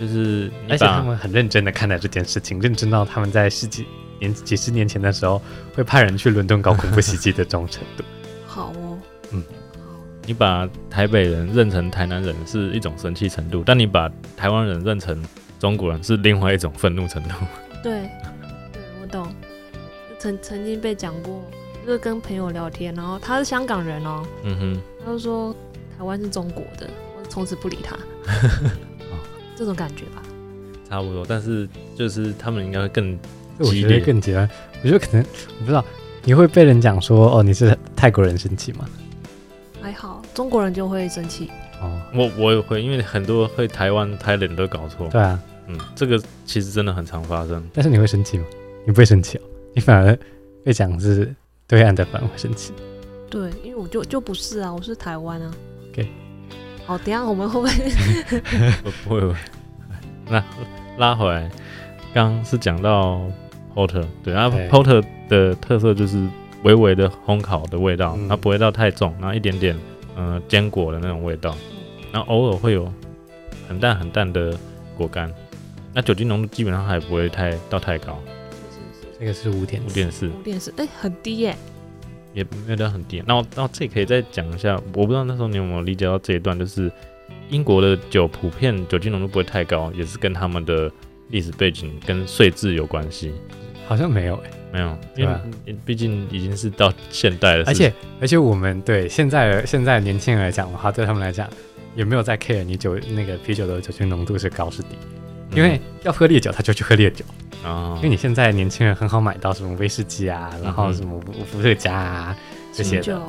Speaker 2: 就是你
Speaker 1: 而且他
Speaker 2: 把
Speaker 1: 们很认真的看待这件事情，认真到他们在十几年、几十年前的时候会派人去伦敦搞恐怖袭击的这种程 [laughs] 度。
Speaker 4: 好哦，
Speaker 1: 嗯
Speaker 4: 好，
Speaker 2: 你把台北人认成台南人是一种生气程度，但你把台湾人认成中国人是另外一种愤怒程度。
Speaker 4: 对，对我懂。曾曾经被讲过，就是跟朋友聊天，然后他是香港人哦，
Speaker 2: 嗯哼，
Speaker 4: 他就说台湾是中国的，我从此不理
Speaker 1: [laughs]
Speaker 4: 他，这种感觉吧。
Speaker 2: 差不多。但是就是他们应该会更
Speaker 1: 我
Speaker 2: 激
Speaker 1: 觉
Speaker 2: 烈
Speaker 1: 得更极端，我觉得可能我不知道你会被人讲说哦你是泰国人生气吗？
Speaker 4: 还好，中国人就会生气，
Speaker 1: 哦，
Speaker 2: 我我也会，因为很多会台湾台人都搞错。
Speaker 1: 对啊，
Speaker 2: 嗯，这个其实真的很常发生。
Speaker 1: 但是你会生气吗？你不会生气哦，你反而被讲是对岸的，反而会生气。
Speaker 4: 对，因为我就就不是啊，我是台湾啊。
Speaker 1: OK
Speaker 4: 好，等一下我们会不会
Speaker 2: 不不会不会。那拉回来，刚刚是讲到 porter，对，然后
Speaker 1: 对
Speaker 2: porter 的特色就是微微的烘烤的味道，
Speaker 1: 嗯
Speaker 2: 它不会到太重，然后一点点呃坚果的那种味道，然后偶尔会有很淡很淡的果干。那酒精浓度基本上还不会太到太高，
Speaker 1: 这个是五点
Speaker 2: 五点四
Speaker 4: 五点是哎、很低耶、
Speaker 2: 也没有到很低。那我那我这里可以再讲一下，我不知道那时候你有没有理解到这一段，就是英国的酒普遍酒精浓度不会太高，也是跟他们的历史背景跟税制有关系。
Speaker 1: 好像没有哎、
Speaker 2: 没有，
Speaker 1: 对
Speaker 2: 因
Speaker 1: 啊
Speaker 2: 为毕竟已经是到现代了，
Speaker 1: 而
Speaker 2: 是
Speaker 1: 且而且我们对现在现在年轻人来讲的话，对他们来讲也没有在 care 你酒那个啤酒的酒精浓度是高是低，
Speaker 2: 不
Speaker 1: 因
Speaker 2: 是
Speaker 1: 为要喝烈酒他就去喝烈酒，
Speaker 2: 嗯啊
Speaker 1: 因为你现在年轻人很好买到什么威士忌啊，然
Speaker 2: 嗯
Speaker 1: 后什么伏伏特加啊这些
Speaker 4: 清
Speaker 1: 的
Speaker 4: 酒，，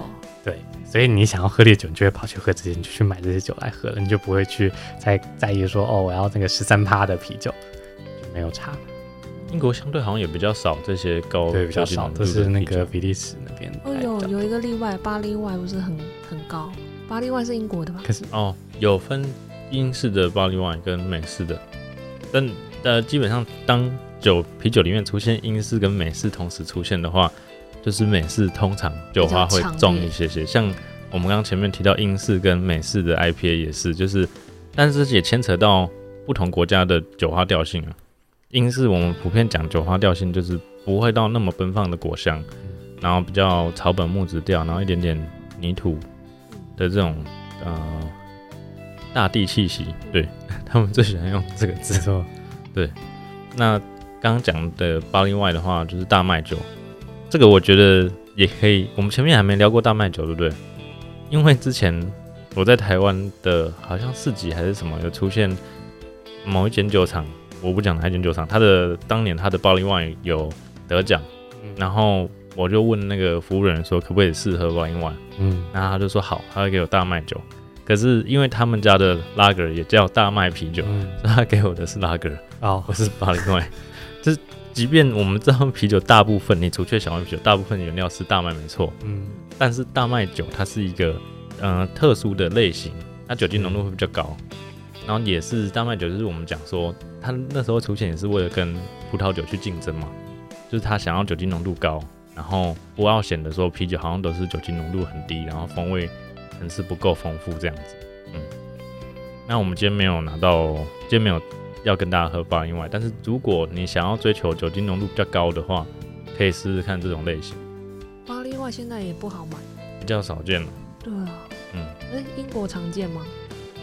Speaker 1: 对，所以你想要喝烈酒，你就会跑去喝这些，你就去买这些酒来喝了，你就不会去再在意说哦，我要那个十三趴的啤酒，就没有差，
Speaker 2: 英国相对好像也比较少这些高
Speaker 1: 对，比较
Speaker 2: 哦酒精
Speaker 1: 少，
Speaker 2: 浓度
Speaker 1: 都
Speaker 2: 的
Speaker 1: 是那
Speaker 2: 啤
Speaker 1: 个
Speaker 2: 酒
Speaker 1: 比利时那边
Speaker 4: 哦
Speaker 1: 来
Speaker 4: 有
Speaker 1: 的
Speaker 4: 有一个例外，巴黎外不是很很高，巴黎外是英国的吧？
Speaker 1: 可是
Speaker 2: 哦，有分英式的 barley wine 跟美式的，但呃基本上当酒啤酒里面出现英式跟美式同时出现的话，就是美式通常酒花会
Speaker 4: 比较强烈
Speaker 2: 重一些些，像我们刚刚前面提到英式跟美式的 IPA 也是，就是但是也牵扯到不同国家的酒花调性啊。英式我们普遍讲酒花调性就是不会到那么奔放的果香，然后比较草本木质调，然后一点点泥土的这种呃大地气息。对 [laughs] 他们最喜欢用这个
Speaker 1: 没
Speaker 2: 字。
Speaker 1: 错，
Speaker 2: 那刚刚讲的巴黎外的话，就是大麦酒，这个我觉得也可以。我们前面还没聊过大麦酒，对不对？因为之前我在台湾的好像市集还是什么，有出现某一间酒厂，我不讲哪一间酒厂，它的当年它的巴黎外有得奖，
Speaker 1: 嗯
Speaker 2: 然后我就问那个服务人员说，可不可以试喝巴黎外？
Speaker 1: 嗯，
Speaker 2: 然后他就说好，他会给我大麦酒。可是因为他们家的拉格也叫大麦啤酒，
Speaker 1: 嗯，
Speaker 2: 所以他给我的是拉格。
Speaker 1: 哦
Speaker 2: 我，是巴黎外，就是即便我们知道啤酒大部分，你除却小麦啤酒，大部分原料是大麦没错，
Speaker 1: 嗯，
Speaker 2: 但是大麦酒它是一个呃特殊的类型，它酒精浓度会比较高，然后也是大麦酒，就是我们讲说它那时候出现也是为了跟葡萄酒去竞争嘛，就是它想要酒精浓度高，然后不要显得说啤酒好像都是酒精浓度很低，然后风味层次不够丰富这样子，嗯，那我们今天没有拿到，今天没有。要跟大家喝八零外，但是如果你想要追求酒精浓度比较高的话，可以试试看这种类型，
Speaker 4: 巴黎外现在也不好买，
Speaker 2: 比较少见了。
Speaker 4: 对啊，
Speaker 2: 嗯，
Speaker 4: 那英国常见吗？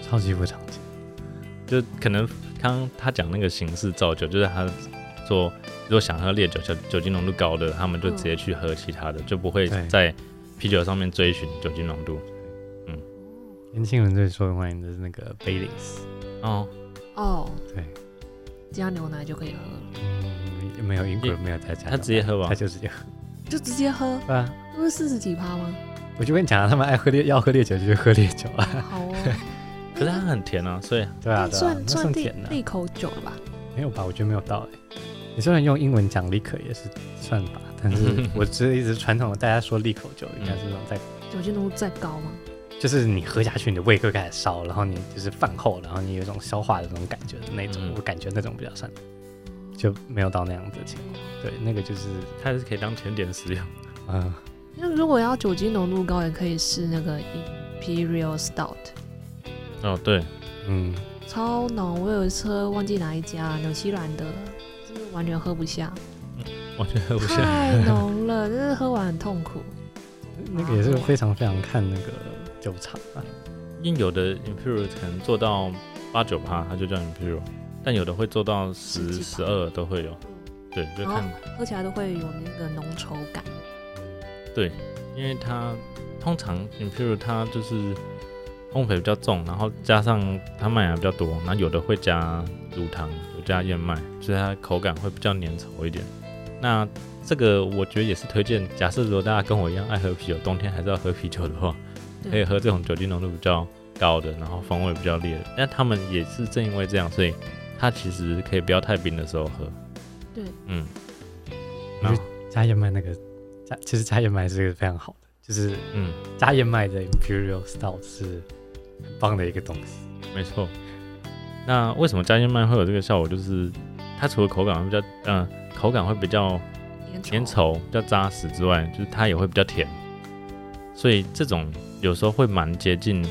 Speaker 1: 超级不常见，
Speaker 2: 就可能刚他讲那个形式造酒，就是他说如果想喝烈酒，酒酒精浓度高的，他们就直接去喝其他的，就不会
Speaker 1: 对
Speaker 2: 在啤酒上面追寻酒精浓度。
Speaker 1: 年轻人最受欢迎的是那个 Baileys，
Speaker 2: 哦，
Speaker 4: 哦，
Speaker 1: 对，
Speaker 4: 加牛奶就可以喝了，
Speaker 1: 嗯，没有英国人没有在家，
Speaker 2: 他直接喝吧
Speaker 1: 他，就直接喝，
Speaker 4: 就直接喝，
Speaker 1: 对啊，
Speaker 4: 不是四十几趴
Speaker 1: [laughs]
Speaker 4: 吗？
Speaker 1: 我就跟你讲啊，他们爱喝烈，要喝烈酒就去喝烈酒啊，
Speaker 4: 好哦，
Speaker 2: 可是它很甜啊，所以
Speaker 1: 对啊，对啊，
Speaker 4: 算
Speaker 1: 那算
Speaker 4: 算利
Speaker 1: 甜的，
Speaker 4: 利口酒了吧？
Speaker 1: 没有吧？我觉得没有到哎、你虽然用英文讲利可也是算吧，但是我只是一直传统的大家说利口酒应该是那种在，
Speaker 4: 酒精浓度再高吗？
Speaker 1: 就是你喝下去你的胃会开始烧，然后你就是饭后，然后你有一种消化的那种感觉的那种，
Speaker 2: 嗯
Speaker 1: 我感觉那种比较算，就没有到那样子的情况。对，那个就是
Speaker 2: 它是可以当甜点食用。
Speaker 1: 嗯、呃
Speaker 4: 那如果要酒精浓度高，也可以试那个 Imperial Stout，
Speaker 2: 哦，对，
Speaker 1: 嗯，
Speaker 4: 超浓。我有一次喝忘记哪一家纽西兰的，就是完全喝不下，
Speaker 2: 我觉得我现在
Speaker 4: 太浓了，真是喝完很
Speaker 1: [laughs]
Speaker 4: 痛苦。
Speaker 1: 那个也是非常非常看那个酒厂啊，
Speaker 2: [laughs] 因为有的 imperial 可能做到八九趴，它就叫 imperial，但有的会做到十
Speaker 4: 十几
Speaker 2: 十
Speaker 4: 趴哦
Speaker 2: 二都会有。对，就看、
Speaker 4: 喝起来都会有那个浓稠感。
Speaker 2: 因为它通常 Imperial 它就是烘焙比较重，然后加上它麦芽比较多，然后有的会加乳糖，有加燕麦，所以它口感会比较粘稠一点。那这个我觉得也是推荐，假设如果大家跟我一样爱喝啤酒，冬天还是要喝啤酒的话，
Speaker 4: 对
Speaker 1: 哎
Speaker 2: 可以喝这种酒精浓度比较高的，然后风味比较烈的。但他们也是正因为这样，所以它其实可以不要太冰的时候喝。
Speaker 4: 对，
Speaker 2: 嗯，
Speaker 1: 我
Speaker 2: 然
Speaker 1: 觉
Speaker 2: 后
Speaker 1: 加燕麦那个加，其实加燕麦是个非常好的，就是
Speaker 2: 嗯，
Speaker 1: 加燕麦的 Imperial Stout 是很棒的一个东西。
Speaker 2: 没错。那为什么加燕麦会有这个效果？就是它除了口感会比较，嗯、口感会比较粘稠、比较扎实之外，就是它也会比较甜，所以这种有时候会蛮接近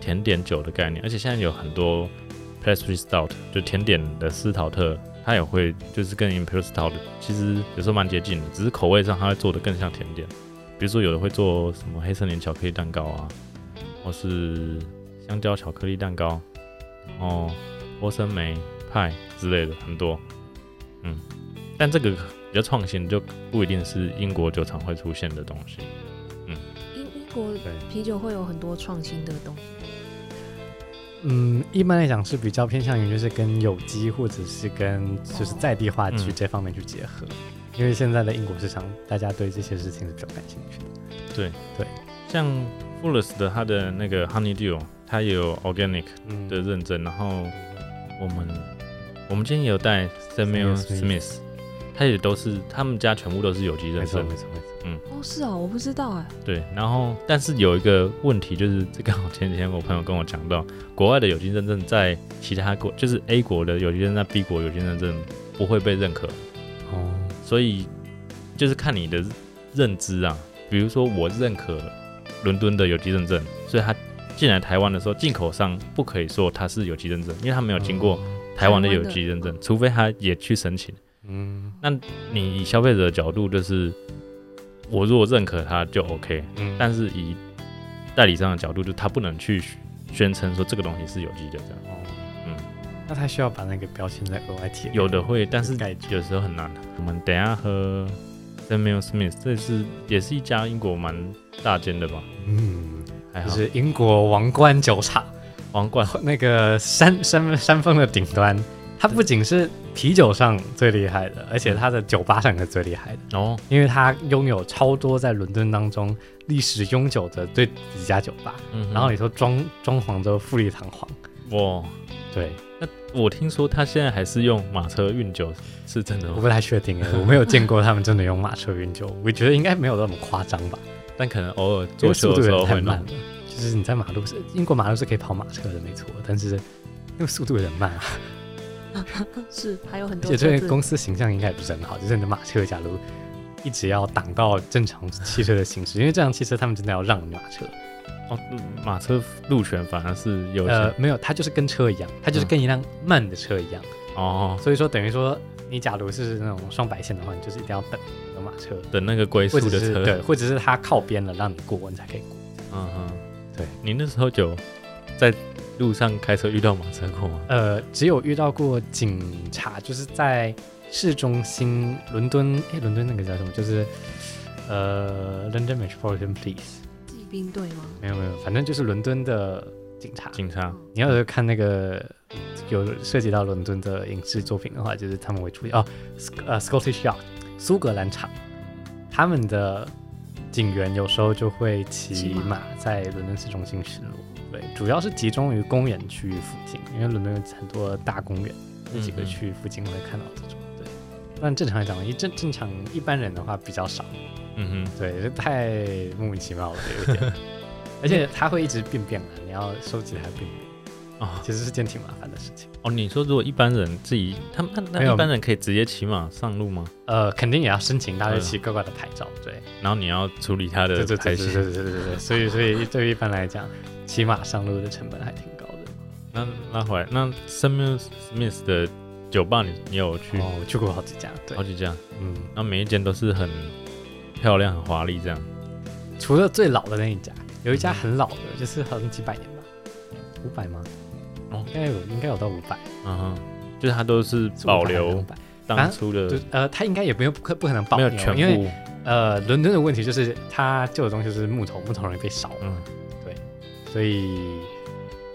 Speaker 2: 甜点酒的概念。而且现在有很多 pastry stout，就甜点的斯陶特，它也会就是跟 imperial stout 其实有时候蛮接近的，只是口味上它会做的更像甜点。比如说有的会做什么黑森林巧克力蛋糕啊，或是香蕉巧克力蛋糕，哦然后波森莓派之类的很多，嗯，但这个比较创新，就不一定是英国酒厂会出现的东西。
Speaker 4: 英英国
Speaker 1: 对
Speaker 4: 啤酒会有很多创新的东西，
Speaker 1: 嗯，一般来讲是比较偏向于就是跟有机或者是跟就是在地化去
Speaker 2: 嗯
Speaker 1: 这方面去结合，因为现在的英国市场大家对这些事情是比较感兴趣的。
Speaker 2: 像 Fullers 的它的那个 Honey Dew，它也有 Organic
Speaker 1: 嗯
Speaker 2: 的认证，然后我们我们今天也有带 Samuel
Speaker 1: Samuel
Speaker 2: Smith，它也都是他们家全部都是有机
Speaker 1: 没
Speaker 2: 认
Speaker 1: 错
Speaker 2: 证
Speaker 1: 没，错没错，
Speaker 4: 哦，是哦，我不知道哎，
Speaker 2: 对，然后但是有一个问题就是，这刚好前几天我朋友跟我讲到，国外的有机认证在其他国，就是 A 国的有机认证在 B 国有机认证不会被认可，
Speaker 1: 哦，
Speaker 2: 所以就是看你的认知啊。比如说我认可伦敦的有机认证，所以他进来台湾的时候，进口商不
Speaker 1: 哦
Speaker 2: 可以说它是有机认证，因为他没有经过台湾的有机认证，除非他也去申请。
Speaker 1: 嗯
Speaker 2: 你以消费者的角度，就是我如果认可它就 OK，
Speaker 1: 嗯，
Speaker 2: 但是以代理商的角度，就他不能去宣称说这个东西是有机的这样。
Speaker 1: 哦，
Speaker 2: 嗯
Speaker 1: 那他需要把那个标签再额外贴，
Speaker 2: 有的会，但是
Speaker 1: 盖住
Speaker 2: 有时候很难。我们等一下喝 Samuel Smith，这是也是一家英国蛮大间的吧？
Speaker 1: 嗯，
Speaker 2: 还
Speaker 1: 就
Speaker 2: 好，
Speaker 1: 是英国王冠酒厂
Speaker 2: 皇冠
Speaker 1: 那个山山山峰的顶端，它不仅是啤酒上最厉害的，而且它的酒吧上也是最厉害的，
Speaker 2: 哦，
Speaker 1: 因为它拥有超多在伦敦当中历史悠久的这几家酒吧，
Speaker 2: 嗯哼
Speaker 1: 然后里头装装潢都富丽堂皇，
Speaker 2: 哇，
Speaker 1: 对，
Speaker 2: 那我听说他现在还是用马车运酒，是真的哦
Speaker 1: 我
Speaker 2: 吗？
Speaker 1: 不太确定哎，我没有见过他们真的用马车运酒，我觉得应该没有那么夸张吧，
Speaker 2: 但可能偶尔
Speaker 1: 因
Speaker 2: 做
Speaker 1: 为速
Speaker 2: 秀
Speaker 1: 度
Speaker 2: 的
Speaker 1: 有
Speaker 2: 时候
Speaker 1: 点太
Speaker 2: 会
Speaker 1: 慢
Speaker 2: 弄
Speaker 1: 了。。就是你在马路上，英国马路是可以跑马车的，没错，但是那个速度有点慢啊，
Speaker 4: 是还有很
Speaker 1: 而
Speaker 4: 多
Speaker 1: 且
Speaker 4: 车
Speaker 1: 对
Speaker 4: 子，
Speaker 1: 公司形象应该也不是很好。就是你的马车假如一直要挡到正常汽车的行驶，因为正常汽车他们真的要让你马车，
Speaker 2: 哦，马车路权反而是有些、
Speaker 1: 呃，没有，它就是跟车一样，它就是跟一辆慢的车一样，
Speaker 2: 哦，
Speaker 1: 所以说等于说你假如是那种双白线的话，你就是一定要等有马车，
Speaker 2: 等那个龟速
Speaker 1: 或者
Speaker 2: 的
Speaker 1: 是
Speaker 2: 车，
Speaker 1: 对，或者是它靠边了让你过，你才可以过。
Speaker 2: 嗯哼，
Speaker 1: 对，
Speaker 2: 你那时候就在路上开车遇到马车过吗？
Speaker 1: 呃，只有遇到过警察，就是在市中心伦敦，哎，伦敦那个叫什么？就是呃，London Metropolitan Police，
Speaker 4: 骑兵队吗？
Speaker 1: 没有没有，反正就是伦敦的警察。
Speaker 2: 警察，
Speaker 1: 你要是看那个有涉及到伦敦的影视作品的话，就是他们会出现哦，Sc- 呃，Scottish Yard，苏格兰场，他们的警员有时候就会骑
Speaker 4: 骑马
Speaker 1: 马在伦敦市中心巡逻。对，主要是集中于公园区域附近，因为伦敦有很多大公园，这几个
Speaker 2: 嗯嗯
Speaker 1: 区域附近会看到这种。对，但正常来讲，一正正常一般人的话比较少。
Speaker 2: 嗯哼，
Speaker 1: 对，这太莫名其妙了，有一 [laughs] 点。而且它会一直变变啊，你要收集它的变变，
Speaker 2: 哦
Speaker 1: 其实是件挺麻烦的事情。
Speaker 2: 哦，你说如果一般人自己，他们那
Speaker 1: 没
Speaker 2: 那
Speaker 1: 有
Speaker 2: 一般人可以直接骑马上路吗？
Speaker 1: 呃，肯定也要申请大家奇怪怪的牌照，对，
Speaker 2: 然后你要处理他的
Speaker 1: 对对
Speaker 2: 排
Speaker 1: 嗯对对对
Speaker 2: 泄，
Speaker 1: 对对对对，所以所以对于一般来讲，骑马上路的成本还挺高的。
Speaker 2: 那那回来，那 Samuel Smith 的酒吧你你有去？
Speaker 1: 哦，我去过好几家，对
Speaker 2: 好，几家，
Speaker 1: 嗯，
Speaker 2: 然后每一间都是很漂亮、很华丽这样。
Speaker 1: 除了最老的那一家，有一家很老的，就是好像几百年吧，五百吗？
Speaker 2: 哦
Speaker 1: 应该有，应该有到五百，
Speaker 2: 嗯哼，就是它都是保留
Speaker 1: 百，
Speaker 2: 当初的，
Speaker 1: 就呃，它应该也没有不可不可能啊保
Speaker 2: 没有
Speaker 1: 留
Speaker 2: 全
Speaker 1: 因为
Speaker 2: 部。
Speaker 1: 呃，伦敦的问题就是它旧的东西就是木头，木头容易被烧，
Speaker 2: 嗯，
Speaker 1: 所以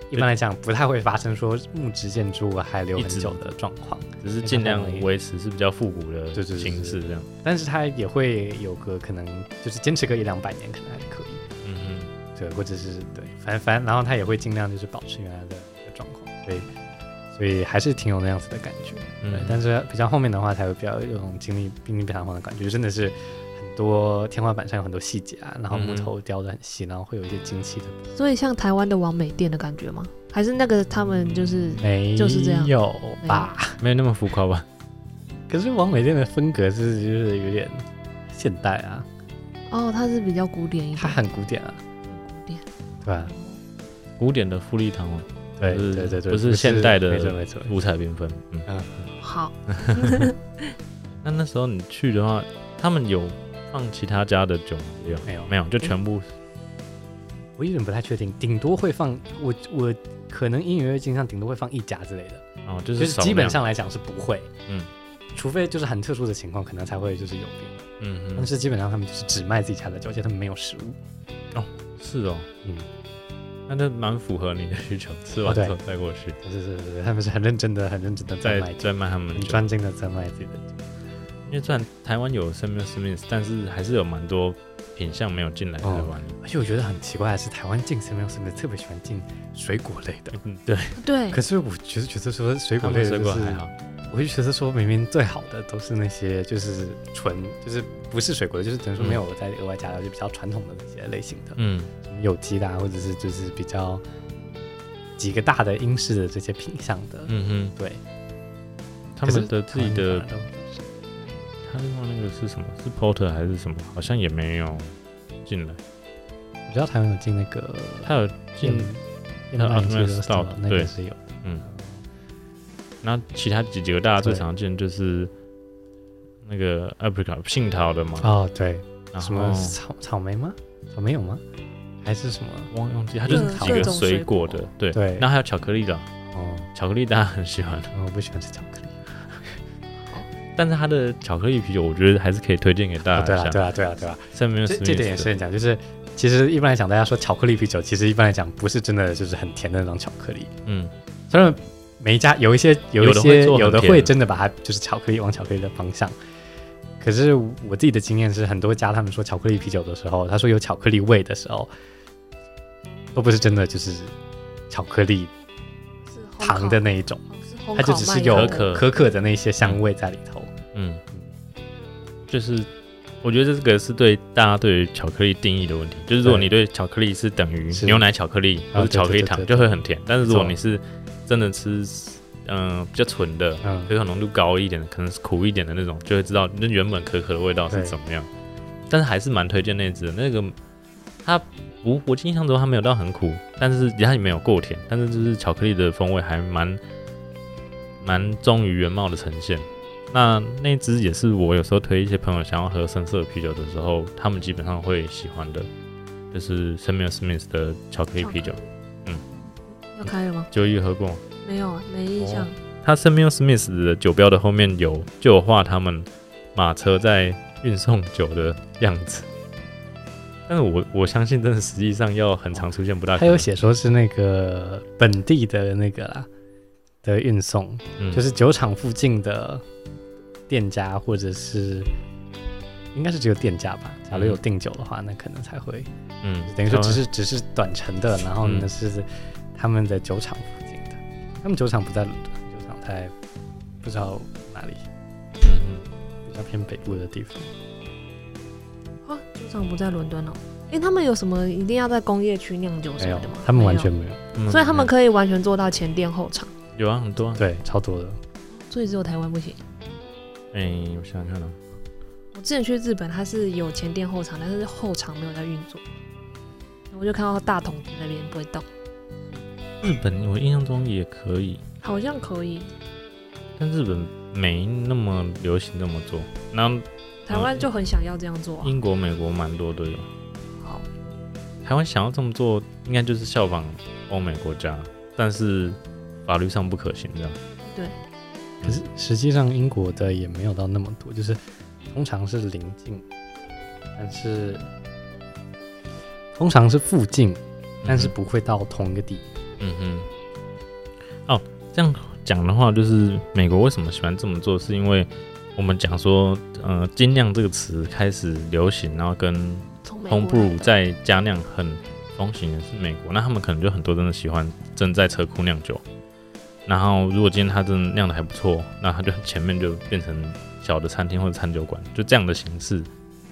Speaker 1: 一般来讲不太会发生说木质建筑啊还留很
Speaker 2: 一直
Speaker 1: 久的状况。
Speaker 2: 只是尽量维持是比较复古的
Speaker 1: 对对对
Speaker 2: 形式这样。
Speaker 1: 但是它也会有个可能，就是坚持个一两百年，可能还可以，
Speaker 2: 嗯
Speaker 1: 对，或者是对，反正反正，然后它也会尽量就是保持原来的一个状况，所以所以还是挺有那样子的感觉，
Speaker 2: 哼，
Speaker 1: 对。
Speaker 2: 嗯，
Speaker 1: 但是比较后面的话，才会比较有种经历濒临被弹簧的感觉，就真的是很多天花板上有很多细节啊，然后木头雕的很细，然后会有一些精细的，
Speaker 4: 所以像台湾的王美店的感觉吗？还是那个他们就是
Speaker 1: 没
Speaker 4: 就是这样
Speaker 1: 有吧？
Speaker 2: 没有那么浮夸吧？
Speaker 1: 可是王美店的风格是就是有点现代啊，
Speaker 4: 哦，它是比较古典一点，
Speaker 1: 它很古典啊，
Speaker 4: 古典。
Speaker 1: 对吧？
Speaker 2: 古典的富丽堂皇，
Speaker 1: 对
Speaker 2: 不是
Speaker 1: 对对对，
Speaker 2: 不是现代的
Speaker 1: 没错没错。
Speaker 2: 五彩缤纷。嗯，
Speaker 4: 好，
Speaker 2: 那那时候你去的话，他们有放其他家的酒吗？没有，
Speaker 1: 没有
Speaker 2: 没有，就全部。
Speaker 1: 我有点不太确定，顶多会放我我可能隐隐约约经常顶多会放一家之类的，
Speaker 2: 哦，就
Speaker 1: 就是是
Speaker 2: 少
Speaker 1: 基本
Speaker 2: 量，
Speaker 1: 上来讲是不会，
Speaker 2: 嗯，
Speaker 1: 除非就是很特殊的情况，可能才会就是有变。
Speaker 2: 嗯
Speaker 1: 但
Speaker 2: 哼，
Speaker 1: 是基本上他们就是只卖自己家的酒，而且他们没有食物。
Speaker 2: 是哦，
Speaker 1: 嗯，
Speaker 2: 那这蛮符合你的需求，吃完
Speaker 1: 哦对
Speaker 2: 之后再过去，
Speaker 1: 对对对对对，他们是很认真的、很认真的在
Speaker 2: 再
Speaker 1: 卖酒，
Speaker 2: 再卖他们的
Speaker 1: 很
Speaker 2: 酒。
Speaker 1: 专精的在卖自己的酒。
Speaker 2: 因为虽然台湾有 Samuel Smith，但是还是有蛮多品相没有进
Speaker 1: 哦
Speaker 2: 来台湾。
Speaker 1: 而且我觉得很奇怪的是，台湾进 s a m u e l s m 特别喜欢进水果类的，
Speaker 2: 嗯，对，
Speaker 4: 对
Speaker 1: 可，是我觉得觉得说水
Speaker 2: 他
Speaker 1: 果
Speaker 2: 们
Speaker 1: 类的
Speaker 2: 水果
Speaker 1: 就是
Speaker 2: 还好。
Speaker 1: 我就觉得说，明明最好的都是那些就是纯，就是不是水果的，就是等于说没有再额外加料，就比较传统的那些类型的，
Speaker 2: 嗯，
Speaker 1: 什么有机的、啊，或者是就是比较几个大的英式的这些品相的，
Speaker 2: 嗯
Speaker 1: 对，
Speaker 2: 哼，他们的自己的
Speaker 1: 可是台湾反而都
Speaker 2: 他另外那个是什么？是 Porter 还是什么？好像也没有进来。
Speaker 1: 我知道台湾有进那个
Speaker 2: 他有
Speaker 1: 嗯
Speaker 2: 进，
Speaker 1: 燕麦鸡
Speaker 2: 呃
Speaker 1: 的
Speaker 2: Stout，
Speaker 1: 那
Speaker 2: 对
Speaker 1: 个是有的，
Speaker 2: 嗯，那其他几几个大家最常见就是那个 apricot 杏桃的嘛，
Speaker 1: 哦，对，
Speaker 2: 嗯然
Speaker 1: 什么
Speaker 2: 后
Speaker 1: 草草莓吗？草莓有吗？还是什么？
Speaker 2: 忘忘记，它就是
Speaker 1: 各
Speaker 2: 几个
Speaker 4: 种水
Speaker 2: 果
Speaker 4: 果
Speaker 2: 的，对
Speaker 1: 对
Speaker 2: 然后还有巧克力的，
Speaker 1: 哦，
Speaker 2: 巧克力大家很喜欢，
Speaker 1: 我不喜欢吃巧克力。
Speaker 2: 但是它的巧克力啤酒，我觉得啊还是可以推荐给大
Speaker 1: 哦，对
Speaker 2: 家
Speaker 1: 了，
Speaker 2: 一
Speaker 1: 对
Speaker 2: 下。
Speaker 1: 了，对了，对了，
Speaker 2: 上面
Speaker 1: 这这点也是讲，就是其实一般来讲，大家说巧克力啤酒，其实一般来讲不是真的就是很甜的那种巧克力。
Speaker 2: 嗯，
Speaker 1: 虽然每一家有一些有一
Speaker 2: 有的会
Speaker 1: 些
Speaker 2: 做很
Speaker 1: 有的
Speaker 2: 甜
Speaker 1: 会真的把它就是巧克力往巧克力的方向，可是我自己的经验是，很多家他们说巧克力啤酒的时候，他说有巧克力味的时候，都不是真的就是巧克力
Speaker 4: 是烘烤哦
Speaker 1: 糖的，那一种，
Speaker 4: 是烘烤
Speaker 1: 它就只是
Speaker 4: 麦
Speaker 1: 有
Speaker 4: 芽
Speaker 2: 可可
Speaker 1: 可可的那些香味在里头。
Speaker 2: 嗯，就是我觉得这个是对大家对于巧克力定义的问题。就是如果
Speaker 1: 对
Speaker 2: 你对巧克力是等于
Speaker 1: 是
Speaker 2: 牛奶巧克力
Speaker 1: 啊
Speaker 2: 或者巧克
Speaker 1: 对
Speaker 2: 力糖，
Speaker 1: 对对对
Speaker 2: 就会很甜。但是如果
Speaker 1: 没
Speaker 2: 你是真的吃，嗯、比较纯的，
Speaker 1: 嗯
Speaker 2: 可可浓度高一点的，可能是苦一点的那种，就会知道那原本可可的味道是
Speaker 1: 对
Speaker 2: 怎么样。但是还是蛮推荐那只的那个，它不，我印象中它没有到很苦，但是它也没有过甜，但是就是巧克力的风味还蛮蛮忠于原貌的呈现。那那只也是我有时候推一些朋友想要喝深色啤酒的时候，他们基本上会喜欢的，就是 Samuel Smith 的巧克力啤酒。
Speaker 1: 哦
Speaker 4: 要开了吗？
Speaker 2: 九一喝过吗？
Speaker 4: 没有，啊没印象。
Speaker 1: 哦
Speaker 2: 它 Samuel Smith 的酒标的后面有就有画他们马车在运送酒的样子，但是我我相信真的实际上要很常出现不大可
Speaker 1: 他
Speaker 2: 能。
Speaker 1: 有写说是那个本地的那个啦的运送，
Speaker 2: 嗯，
Speaker 1: 就是酒厂附近的店家或者是。应该是只有店家吧。假如有订酒的话，那可能才会
Speaker 2: 嗯，
Speaker 1: 等于说只
Speaker 2: 是
Speaker 1: 是只是短程的，然后呢
Speaker 2: 嗯
Speaker 1: 是他们的酒厂附近的，他们酒厂不在伦敦，酒厂在不知道哪里，
Speaker 2: 嗯
Speaker 1: 比较偏北部的地方。
Speaker 4: 啊，酒厂不在伦敦哦。哎，他们有什么一定要在工业区酿酒什
Speaker 1: 没有
Speaker 4: 么的吗？，
Speaker 1: 他们完全没有，
Speaker 4: 没有，所以他们
Speaker 2: 嗯
Speaker 4: 可以完全做到前店后厂，
Speaker 2: 有啊很多啊。
Speaker 1: 对，超多的。
Speaker 4: 所以只有台湾不行。
Speaker 2: 哎、我想想看啊，
Speaker 4: 我之前去日本，它是有前店后厂，但是后厂没有在运作。我就看到大桶在那边不会动，
Speaker 2: 日本我印象中也可以，
Speaker 4: 好像可以。
Speaker 2: 但日本没那么流行这么做。那
Speaker 4: 台湾就很想要这样做、啊。
Speaker 2: 英国、美国蛮多都有。
Speaker 4: 好，
Speaker 2: 台湾想要这么做，应该就是效仿欧美国家，但是法律上不可行这样。
Speaker 1: 可是实际上英国的也没有到那么多，就是通常是临近，但是通常是附近，但是不会到同一个地。
Speaker 2: 嗯哼，哦，这样讲的话，就是美国为什么喜欢这么做，是因为我们讲说，呃，精酿这个词开始流行，然后跟
Speaker 4: 从美国
Speaker 2: homebrew
Speaker 4: 来的
Speaker 2: 在加酿很风行的是美国，那他们可能就很多真的喜欢正在车库酿酒。然后，如果今天他真的酿的还不错，那他就前面就变成小的餐厅或者餐酒馆，就这样的形式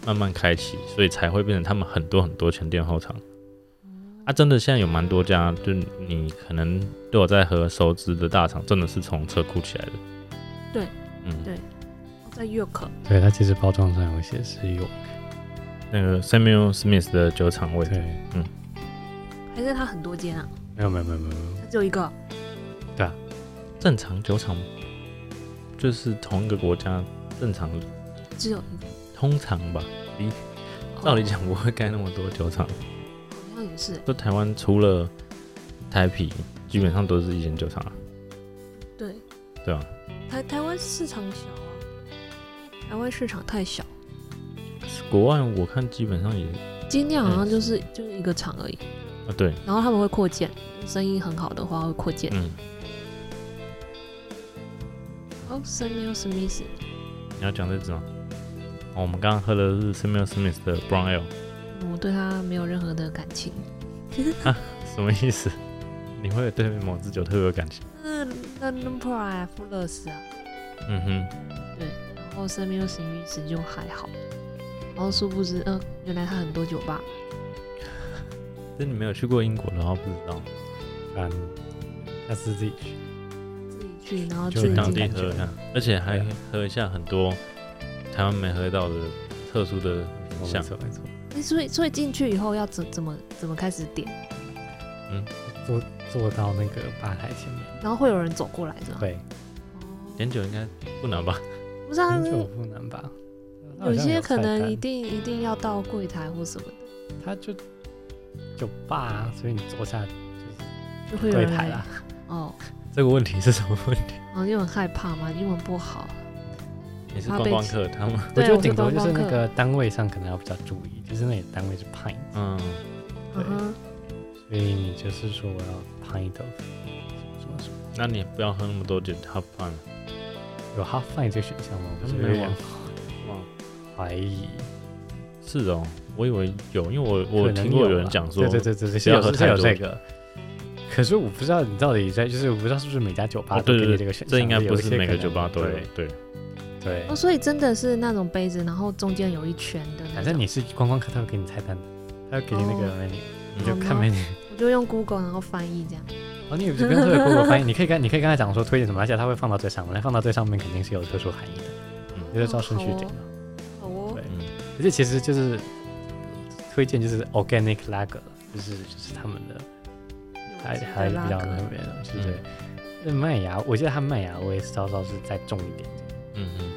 Speaker 2: 慢慢开启，所以才会变成他们很多很多前店后厂。啊，真的现在有蛮多家，就是你可能都有在和熟知的大厂，真的是从车库起来的。
Speaker 4: 对，
Speaker 2: 嗯，
Speaker 4: 对在约克，
Speaker 1: 对，它其实包装上有一些是有
Speaker 2: 那个 Samuel Smith 的酒厂味，
Speaker 1: 对，
Speaker 4: 还是它很多间啊？
Speaker 1: 没有没有没有没有没有。
Speaker 4: 它只有一个，
Speaker 2: 正常酒厂就是同一个国家正常
Speaker 4: 只有一个。
Speaker 2: 通常吧，理照理讲不会盖那么多酒厂。
Speaker 4: 哦，好像也是欸。
Speaker 2: 就台湾除了台啤，基本上都是一间酒厂啊。
Speaker 4: 对，
Speaker 2: 对啊，
Speaker 4: 台台湾市场小啊，台湾市场太小，
Speaker 2: 国外我看基本上也
Speaker 4: 精酿好像就是
Speaker 2: 嗯
Speaker 4: 就是一个厂而已，
Speaker 2: 啊对，
Speaker 4: 然后他们会扩建，生意很好的话会扩建。
Speaker 2: 嗯，
Speaker 4: 哦，生意有什么意思？
Speaker 2: 你要讲这支吗？哦，我们刚刚喝的是 Samuel Smith 的 Brown Ale，
Speaker 4: 我对它没有任何的感情。
Speaker 2: 什么意思？你会对某支酒特别有感情？
Speaker 4: 嗯，London Pride 富勒斯啊，
Speaker 2: 嗯哼，
Speaker 4: 对，然后生命有什么意思就还好，然后殊不知，嗯、原来它很多酒吧。
Speaker 2: 但你没有去过英国的话不知道，
Speaker 1: 啊，你下次自己去。
Speaker 4: 自己去，然后
Speaker 1: 就
Speaker 4: 自
Speaker 2: 去
Speaker 1: 是
Speaker 4: 己
Speaker 2: 当
Speaker 1: 当
Speaker 2: 地
Speaker 1: 地
Speaker 2: 喝
Speaker 1: 喝
Speaker 2: 一
Speaker 1: 一
Speaker 2: 下
Speaker 1: 下，
Speaker 2: 而且还
Speaker 1: 对
Speaker 2: 喝一下很多台湾没喝到的特殊的
Speaker 1: 没
Speaker 2: 品相。
Speaker 1: 错没错，
Speaker 4: 诶所以所以进去以后要怎怎么怎么开始点，
Speaker 1: 坐坐到那个吧台前面，
Speaker 4: 然后会有人走过来是吗？
Speaker 1: 对，
Speaker 4: 哦
Speaker 2: 点酒应该不难吧？
Speaker 4: 不是啊，
Speaker 1: 很久不难吧？它好
Speaker 4: 有
Speaker 1: 像
Speaker 4: 些可
Speaker 1: 菜
Speaker 4: 能
Speaker 1: 单
Speaker 4: 一定一定要到柜台或什么的，
Speaker 1: 它就酒吧、啊，所以你坐下
Speaker 4: 就会有
Speaker 1: 柜
Speaker 4: 人
Speaker 1: 台
Speaker 4: 来
Speaker 1: 啦。
Speaker 4: 哦，
Speaker 1: 这个问题是什么问题？
Speaker 4: 然后就很害怕嘛，英文不好。
Speaker 2: 你是
Speaker 4: 怕
Speaker 2: 观
Speaker 4: 被
Speaker 2: 光
Speaker 4: 挤
Speaker 2: 客，他们
Speaker 1: 我
Speaker 4: 对，啊
Speaker 1: 觉得
Speaker 4: 我是
Speaker 1: 顶多
Speaker 4: 观
Speaker 1: 就是
Speaker 4: 光
Speaker 1: 那
Speaker 4: 客。
Speaker 1: 个单位上可能要比较注意，就是那个单位是 pint，
Speaker 2: 嗯，
Speaker 1: 对
Speaker 4: 嗯哼，
Speaker 1: 所以你就是说我要 pint of 什么什么，
Speaker 2: 那你不要喝那么多酒，他怕你。
Speaker 1: 有 half pint 这个选项吗？我
Speaker 2: 嗯
Speaker 1: 就有
Speaker 2: 没有
Speaker 1: 点
Speaker 2: 啊哇
Speaker 1: 怀疑，
Speaker 2: 是哦，我以为有，因为我我
Speaker 1: 可能
Speaker 2: 听过有人啊
Speaker 1: 吧
Speaker 2: 讲说，
Speaker 1: 对对对对对，
Speaker 2: 不
Speaker 1: 是
Speaker 2: 要
Speaker 1: 有
Speaker 2: 喝
Speaker 1: 是
Speaker 2: 太
Speaker 1: 有
Speaker 2: 多
Speaker 1: 这
Speaker 2: 酒
Speaker 1: 个。可是我不知道你到底在，就是我不知道是不是每家酒吧
Speaker 2: 哦
Speaker 1: 都
Speaker 2: 对
Speaker 1: 给
Speaker 2: 对
Speaker 1: 你
Speaker 2: 对，
Speaker 1: 这个选项，
Speaker 2: 这应该
Speaker 1: 有
Speaker 2: 不
Speaker 1: 一
Speaker 2: 是
Speaker 1: 些
Speaker 2: 每
Speaker 1: 可
Speaker 2: 个
Speaker 1: 能
Speaker 2: 酒吧都有
Speaker 1: 对。
Speaker 2: 对，
Speaker 1: 对
Speaker 4: 哦，，所以真的是那种杯子，然后中间有一圈的那种。
Speaker 1: 反正你是观光客，他会给你菜单的，他会给你那个
Speaker 4: 哦
Speaker 1: menu，你
Speaker 2: 嗯
Speaker 1: 就
Speaker 4: 好
Speaker 1: 看
Speaker 4: 吗
Speaker 1: menu。
Speaker 4: 我就用 Google 然后翻译这样。
Speaker 1: 哦，你也不是跟特别我翻译，你可以跟你可以跟他讲说推荐什么，而且他会放到最上面，放到最上面肯定是有特殊含义的，
Speaker 2: 嗯
Speaker 1: 你就照顺序
Speaker 4: 哦
Speaker 1: 点嘛。
Speaker 4: 好哦
Speaker 1: 对，
Speaker 2: 嗯，
Speaker 1: 而且其实就是推荐就是 organic lager，就是就是他们的还还比较特别的，就是
Speaker 2: 嗯
Speaker 1: 那麦芽，我记得它麦芽味稍稍是再重一点，
Speaker 2: 嗯嗯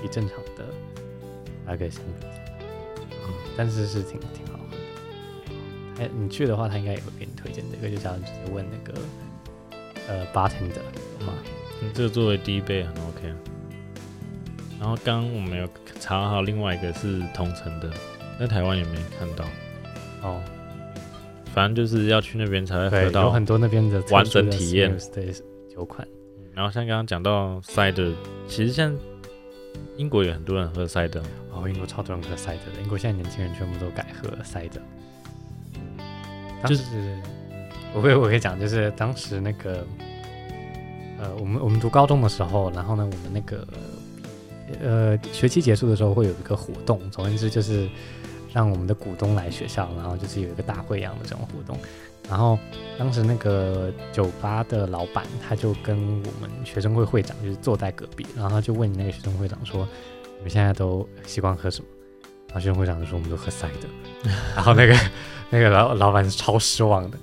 Speaker 1: 比正常的拉格相比，嗯，但是是挺挺好喝的。哎，你去的话，他应该也会给你推荐这个，就叫你直接问那个呃 bartender 有吗？
Speaker 2: 嗯，这个作为第一杯很 OK 啊。然后刚刚我们有查好另外一个是同城的，在台湾也没看到，
Speaker 1: 哦，
Speaker 2: 反正就是要去那边才会
Speaker 1: 对，
Speaker 2: 喝
Speaker 1: 有
Speaker 2: 到。
Speaker 1: 很多那边的特殊
Speaker 2: 完整
Speaker 1: 的
Speaker 2: 体验
Speaker 1: Smiths 的酒款，
Speaker 2: 然后像刚刚讲到 cider，其实像英国有很多人喝 cider，
Speaker 1: 哦，英国超多人喝塞德的，英国现在年轻人全部都改喝塞德。当
Speaker 2: 就
Speaker 1: 时我可以我可以讲，就是当时那个呃，我们我们读高中的时候，然后呢，我们那个呃学期结束的时候会有一个活动，总而言之就是让我们的股东来学校，然后就是有一个大会一样的这种活动。然后当时那个酒吧的老板他就跟我们学生会会长就是坐在隔壁，然后他就问那个学生会长说：“你们现在都习惯喝什么？”然后学生会长就说：“我们都喝塞的。”然后那个那个老老板是超失望
Speaker 2: [laughs]
Speaker 1: 的，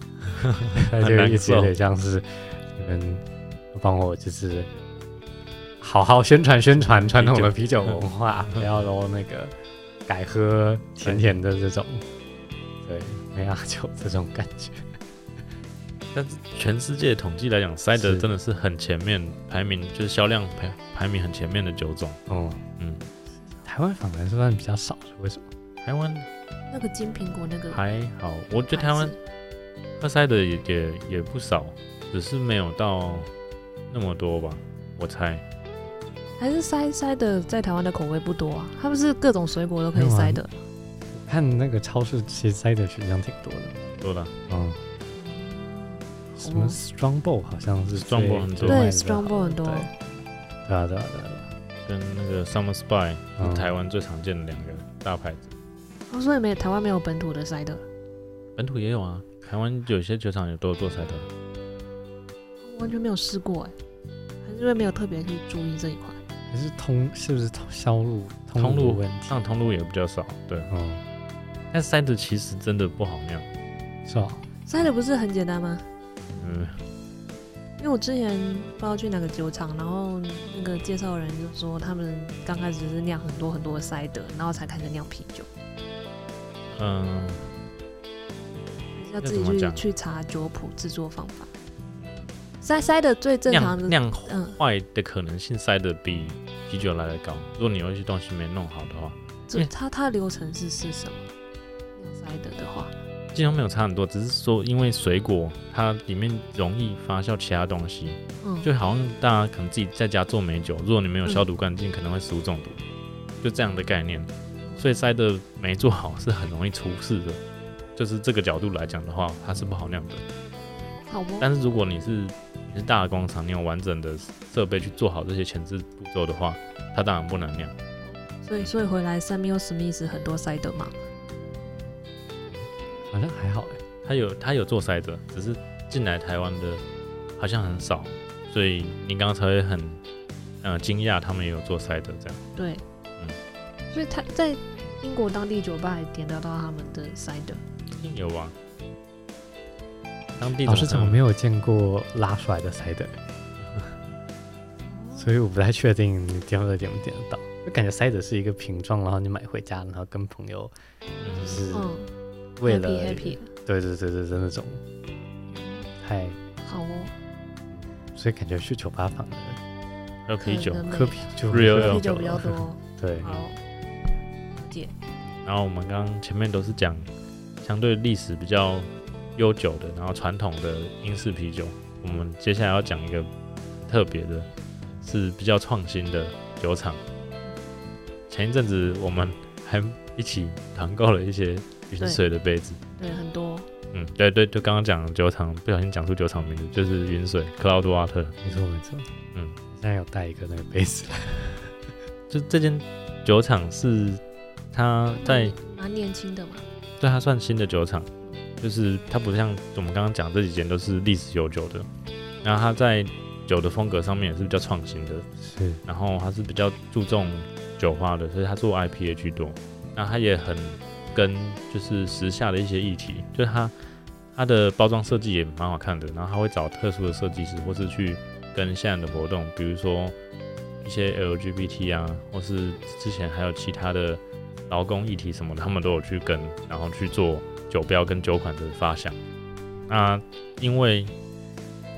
Speaker 1: 他就
Speaker 2: 很难
Speaker 1: 一直有
Speaker 2: 受
Speaker 1: 点像是你们帮我就是好好宣传宣传传统的啤酒文化，不要都那个改喝甜甜的这种，对，梅亚酒这种感 [laughs] 觉。
Speaker 2: 但是全世界统计来讲，cider
Speaker 1: 是
Speaker 2: 真的是很前面排名，就是销量排排名很前面的酒种。
Speaker 1: 哦，
Speaker 2: 嗯，
Speaker 1: 台湾反而是算比较少，是为什么？
Speaker 2: 台湾
Speaker 4: 那个金苹果那个
Speaker 2: 还好，我觉得
Speaker 4: 牌
Speaker 2: 台湾
Speaker 4: 子
Speaker 2: 喝 cider 也也也不少，只是没有到那么多吧，我猜。
Speaker 4: 还是塞塞的，在台湾的口味不多啊，它不是各种水果都可以
Speaker 1: 没有啊
Speaker 4: 塞的。
Speaker 1: 看那个超市其实塞的选项挺多的。
Speaker 2: 多了，
Speaker 1: 嗯，什么 Strong Bow 好像是
Speaker 2: Strong Bow 很多
Speaker 1: 最
Speaker 4: 哦对
Speaker 1: 卖得好
Speaker 4: ，strong ball 很多
Speaker 1: 对，对啊对啊对啊，
Speaker 2: 跟那个 Summer Spy
Speaker 1: 对啊
Speaker 2: 是台湾最常见的两个大牌子，
Speaker 4: 哦，所以没有台湾没有本土的塞的。
Speaker 2: 本土也有啊。台湾有些酒厂也都有做 cider，
Speaker 4: 完全没有试过哎、还是因为没有特别去注意这一块。
Speaker 1: 还是通是不是通销路
Speaker 2: 通路
Speaker 1: 路嗯问题？
Speaker 2: 上通路也比较少。对，
Speaker 1: 嗯，
Speaker 2: 但 cider 其实真的不好酿。
Speaker 1: 是吧？
Speaker 4: 塞的不是很简单吗？
Speaker 2: 嗯，
Speaker 4: 因为我之前不知道去哪个酒厂，然后那个介绍人就说他们刚开始是酿很多很多的塞的，然后才开始酿啤酒，
Speaker 2: 嗯，
Speaker 4: 要自己
Speaker 2: 那怎么
Speaker 4: 去
Speaker 2: 讲
Speaker 4: 去查酒谱制作方法。塞塞的最正常的
Speaker 2: 酿，酿
Speaker 4: 嗯，
Speaker 2: 坏的可能性塞的比啤酒来的高。如果你有一些东西没弄好的话，
Speaker 4: 这它它的流程是是什么？酿塞的的话，
Speaker 2: 基本上没有差很多，只是说因为水果它里面容易发酵其他东西，
Speaker 4: 嗯，
Speaker 2: 就好像大家可能自己在家做美酒，如果你没有消毒干净，可能会食物中毒，就这样的概念。所以塞的没做好是很容易出事的，就是这个角度来讲的话，它是不好酿的。
Speaker 4: 好不？
Speaker 2: 但是如果你是你是大的工厂，你有完整的设备去做好这些前置步骤的话，它当然不能酿。
Speaker 4: 所以所以回来 Samuel Smith 很多塞的嘛，
Speaker 1: 好像还好哎、
Speaker 2: 它有它有做塞的，只是进来台湾的好像很少，所以你刚刚才会很呃惊讶，他们也有做塞的这样。
Speaker 4: 对，
Speaker 2: 嗯
Speaker 4: 所以他在英国当地酒吧也点得到他们的 cider，
Speaker 2: 有啊。当地
Speaker 1: 老师
Speaker 2: 怎
Speaker 1: 怎
Speaker 2: 么
Speaker 1: 么 [laughs]
Speaker 2: 可能
Speaker 1: 没有见过拉出来的塞德？所所以我不太确定你点的点不点得到。就感觉塞德是一个瓶装，然后你买回家，然后跟朋友就
Speaker 2: 嗯
Speaker 1: 是
Speaker 4: 嗯
Speaker 1: 为了、
Speaker 4: ，happy happy，
Speaker 1: 对对对对对那种，嗨，
Speaker 4: 好哦，
Speaker 1: 所以感觉去酒吧反而
Speaker 2: 还有啤酒
Speaker 4: 可，能
Speaker 1: 喝啤酒
Speaker 2: Real
Speaker 1: 喝
Speaker 4: 啤酒比较多，
Speaker 1: [laughs] 对，
Speaker 4: 好，
Speaker 2: 然后我们刚刚前面都是讲相对历史比较悠久的，然后传统的英式啤酒。我们接下来要讲一个特别的，是比较创新的酒厂。前一阵子我们还一起团购了一些云水的杯子。
Speaker 4: 对，很多，
Speaker 2: 嗯，对对，就刚刚讲酒厂，不小心讲出酒厂名字，就是云水 Cloud Water。
Speaker 1: 没错没错，
Speaker 2: 嗯，
Speaker 1: 现在有带一个那个杯
Speaker 4: [laughs]
Speaker 1: 子，
Speaker 2: 就这间酒厂是它在
Speaker 4: 蛮年轻的嘛，
Speaker 2: 对，它算新的酒厂，就是它不像我们刚刚讲这几间都是历史悠久的，然后它在酒的风格上面也是比较创新的，
Speaker 1: 是
Speaker 2: 然后它是比较注重酒花的，所以它做 IPA 居多。那它也很跟就是时下的一些议题，就是它它的包装设计也蛮好看的，然后它会找特殊的设计师，或是去跟现在的活动，比如说一些 LGBT 啊，或是之前还有其他的劳工议题什么的，他们都有去跟，然后去做酒标跟酒款的发想。那因为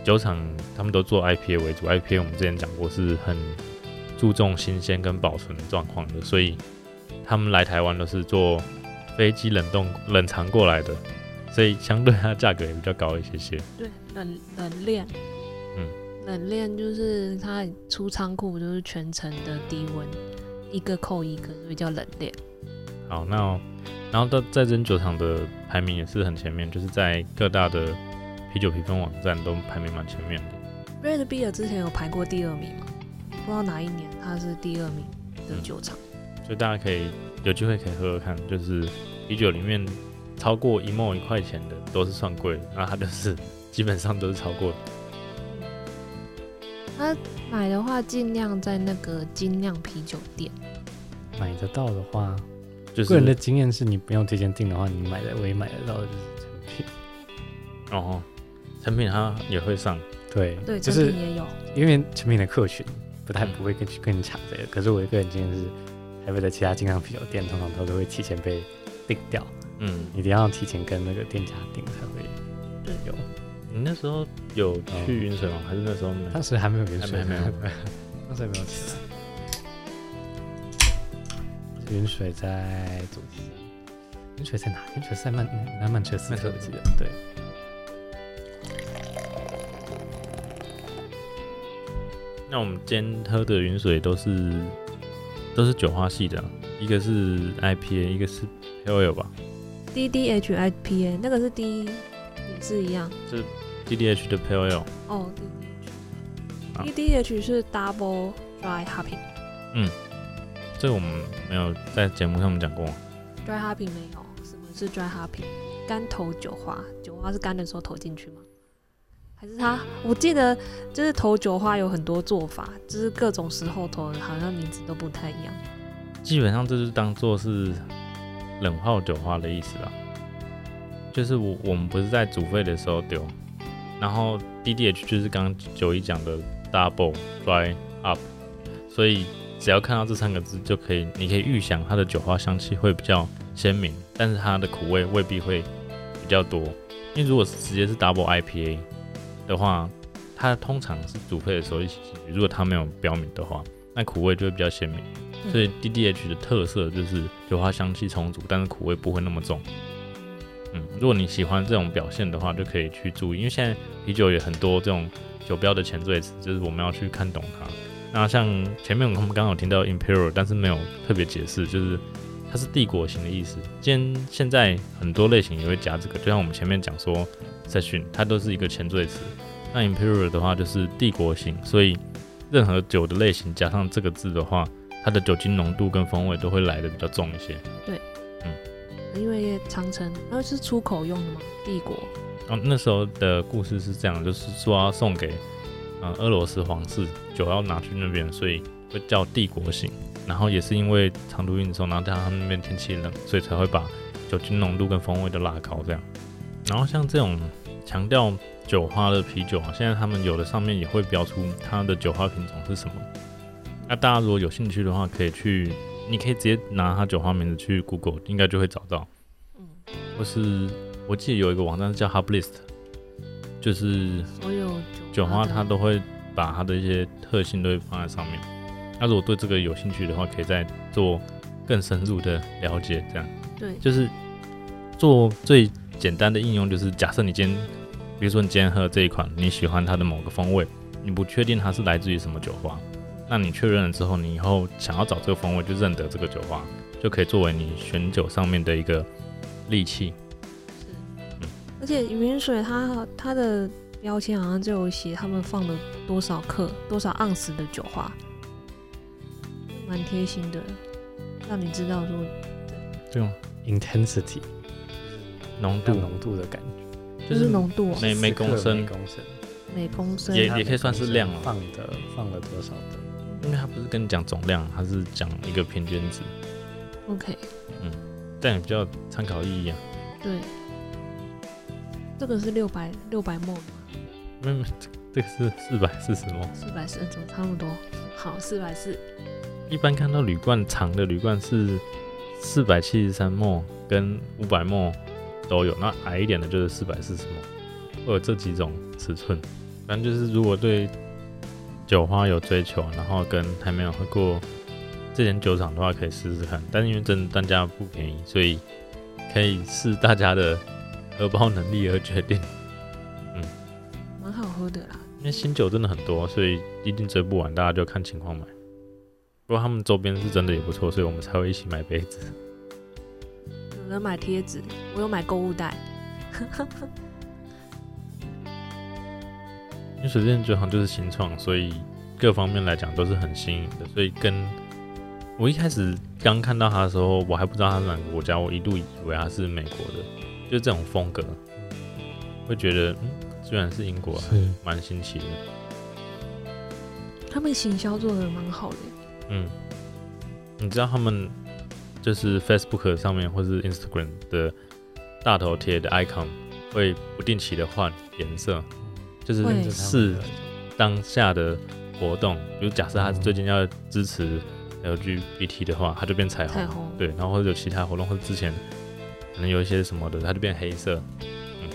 Speaker 2: 酒厂他们都做 IPA 为主，IPA 我们之前讲过是很注重新鲜跟保存状况的，所以他们来台湾都是做飞机冷冻冷藏过来的，所以相对它的价格也比较高一些些。
Speaker 4: 对，冷冷链，
Speaker 2: 嗯，
Speaker 4: 冷链就是它出仓库就是全程的低温，一个扣一个，所以叫冷链。
Speaker 2: 好，那、哦然后到在这间酒厂的排名也是很前面，就是在各大的啤酒评分网站都排名蛮前面的。
Speaker 4: Red Beer 之前有排过第二名嘛，不知道哪一年它是第二名的酒厂。
Speaker 2: 所以大家可以有机会可以喝喝看，就是啤酒里面超过一毛一块钱的都是算贵的，那它就是 [laughs] 基本上都是超过
Speaker 4: 买的话，尽量在那个精酿啤酒店。
Speaker 1: 买得到的话，
Speaker 2: 就
Speaker 1: 个人的
Speaker 2: 是
Speaker 1: 经验是你不用提前订的话，你买的我也买得到的就是成品，
Speaker 2: 哦，成品它也会上，
Speaker 1: 对，
Speaker 4: 对，
Speaker 1: 就
Speaker 4: 成
Speaker 1: 是
Speaker 4: 品也有。
Speaker 1: 因为成品的客群不太
Speaker 2: 嗯
Speaker 1: 不会跟去跟你抢这个，可是我个人经验是，台北的其他精酿啤酒店通常它都会提前被订掉，
Speaker 2: 嗯，
Speaker 1: 一定要提前跟那个店家订才会
Speaker 4: 对
Speaker 1: 有。
Speaker 2: 你那时候有去云水吗？
Speaker 1: 哦
Speaker 2: 还是那时候没有？
Speaker 1: 当时还没有云
Speaker 2: 还
Speaker 1: 水，
Speaker 2: 没没有，
Speaker 1: [laughs] 当时还没有起来。云水在左西，云水在哪？云水在曼南曼彻斯
Speaker 2: 曼彻
Speaker 1: 特，
Speaker 2: 斯
Speaker 1: 我记
Speaker 2: 特
Speaker 1: 得对。
Speaker 2: 那我们今天喝的云水都是都是酒花系的啊、一个是 IPA，一个是 POL 吧
Speaker 4: D D H I P A 那个是 D，也是一样。
Speaker 2: ，DDH 的 POL，
Speaker 4: 哦
Speaker 2: 啊
Speaker 4: ，D D H。D D H 是 Double Dry Hopping，Dry
Speaker 2: 这个我们没有在节目上面讲过。
Speaker 4: Hopping 没有。什么是 Dry Hopping？干投酒花，酒花是干的时候投进去吗？还是它？我记得就是投酒花有很多做法，就是各种时候投的，好像名字都不太一样。
Speaker 2: 基本上这就是当做是冷泡酒花的意思啦。就是我我们不是在煮沸的时候丢，然后 DDH 就是刚刚九一讲的 double dry up，所以只要看到这三个字就可以，你可以预想它的酒花香气会比较鲜明，但是它的苦味未必会比较多。因为如果是直接是 double IPA 的话，它通常是煮沸的时候一起进去，如果它没有标明的话，那苦味就会比较鲜明。所以 DDH 的特色就是酒花香气充足，但是苦味不会那么重。嗯，如果你喜欢这种表现的话，就可以去注意，因为现在啤酒也很多这种酒标的潜缀词，就是我们要去看懂它。那像前面我们刚刚有听到 Imperial，但是没有特别解释，就是它是帝国型的意思。今天现在很多类型也会加这个，就像我们前面讲说 Session，它都是一个前缀词。那 Imperial 的话就是帝国型，所以任何酒的类型加上这个字的话，它的酒精浓度跟风味都会来的比较重一些。
Speaker 4: 因为长城，那是出口用的吗？帝国
Speaker 2: 哦，那时候的故事是这样，就是说要送给嗯、呃俄罗斯皇室，酒要拿去那边，所以会叫帝国型。然后也是因为长途运送，然后加上他们那边天气冷，所以才会把酒精浓度跟风味都拉高这样。然后像这种强调酒花的啤酒啊，现在他们有的上面也会标出它的酒花品种是什么。那大家如果有兴趣的话，可以去，你可以直接拿它酒花名字去 Google，应该就会找到。
Speaker 4: 嗯，
Speaker 2: 或是我记得有一个网站叫 Hub List，就是
Speaker 4: 所有
Speaker 2: 酒花
Speaker 4: 的
Speaker 2: 它都会把它的一些特性都会放在上面。那如果对这个有兴趣的话，可以再做更深入的了解。这样
Speaker 4: 对
Speaker 2: 就是做最简单的应用，就是假设你今天，比如说你今天喝这一款，你喜欢它的某个风味，你不确定它是来自于什么酒花，那你确认了之后，你以后想要找这个风味，就认得这个酒花，就可以作为你选酒上面的一个利器。
Speaker 4: 而且云水它它的标签好像就有写他们放了多少克、多少盎司的酒花，蛮贴心的，让你知道说
Speaker 2: 这种
Speaker 1: intensity
Speaker 2: 嗯浓
Speaker 1: 度
Speaker 2: 度
Speaker 1: 浓度的感觉，
Speaker 2: 就
Speaker 4: 就是
Speaker 2: 是
Speaker 4: 浓度、哦、
Speaker 2: 每每公升
Speaker 1: 每公升
Speaker 4: 每公升
Speaker 2: 也
Speaker 1: 它
Speaker 2: 也可以算是量啊
Speaker 1: 放的放了多少的，
Speaker 2: 因为它不是跟你讲总量，它是讲一个平均值，
Speaker 4: OK，
Speaker 2: 但也比较有参考意义啊。
Speaker 4: 对，这个是六百六百沫
Speaker 2: 没有没有，这这个是四百四十吗？
Speaker 4: 四百四怎么差不多？好，四百四，
Speaker 2: 一般看到铝罐长的铝罐是四百七十三沫跟五百沫都有，那矮一点的就是四百四十沫，会有这几种尺寸。反正就是如果对酒花有追求，然后跟还没有喝过这间酒厂的话，可以试试看。但因为真的单价不便宜，所以可以视大家的荷包能力而决定。
Speaker 4: 蛮好喝的啦。
Speaker 2: 因为新酒真的很多，所以一定追不完，大家就看情况买。不过他们周边是真的也不错，所以我们才会一起买杯子。
Speaker 4: 有人买贴纸，我有买购物袋， [laughs]
Speaker 2: 因为水电酒行就是新创，所以各方面来讲都是很新颖的。所以跟我一开始刚看到它的时候，我还不知道它是哪个国家，我一度以为它是美国的，就是这种风格，会觉得嗯，居然是英国、啊，
Speaker 1: 是
Speaker 2: 蛮新奇的。
Speaker 4: 他们行销做的蛮好的。
Speaker 2: 嗯，你知道他们就是 Facebook 上面或是 Instagram 的大头贴的 icon 会不定期的换颜色，就是
Speaker 4: 会
Speaker 2: 是当下的活动，比如假设他最近要支持 LGBT 的话，它就变彩虹，
Speaker 4: 彩虹
Speaker 2: 对，然后或者有其他活动，或者之前可能有一些什么的，它就变黑色，嗯，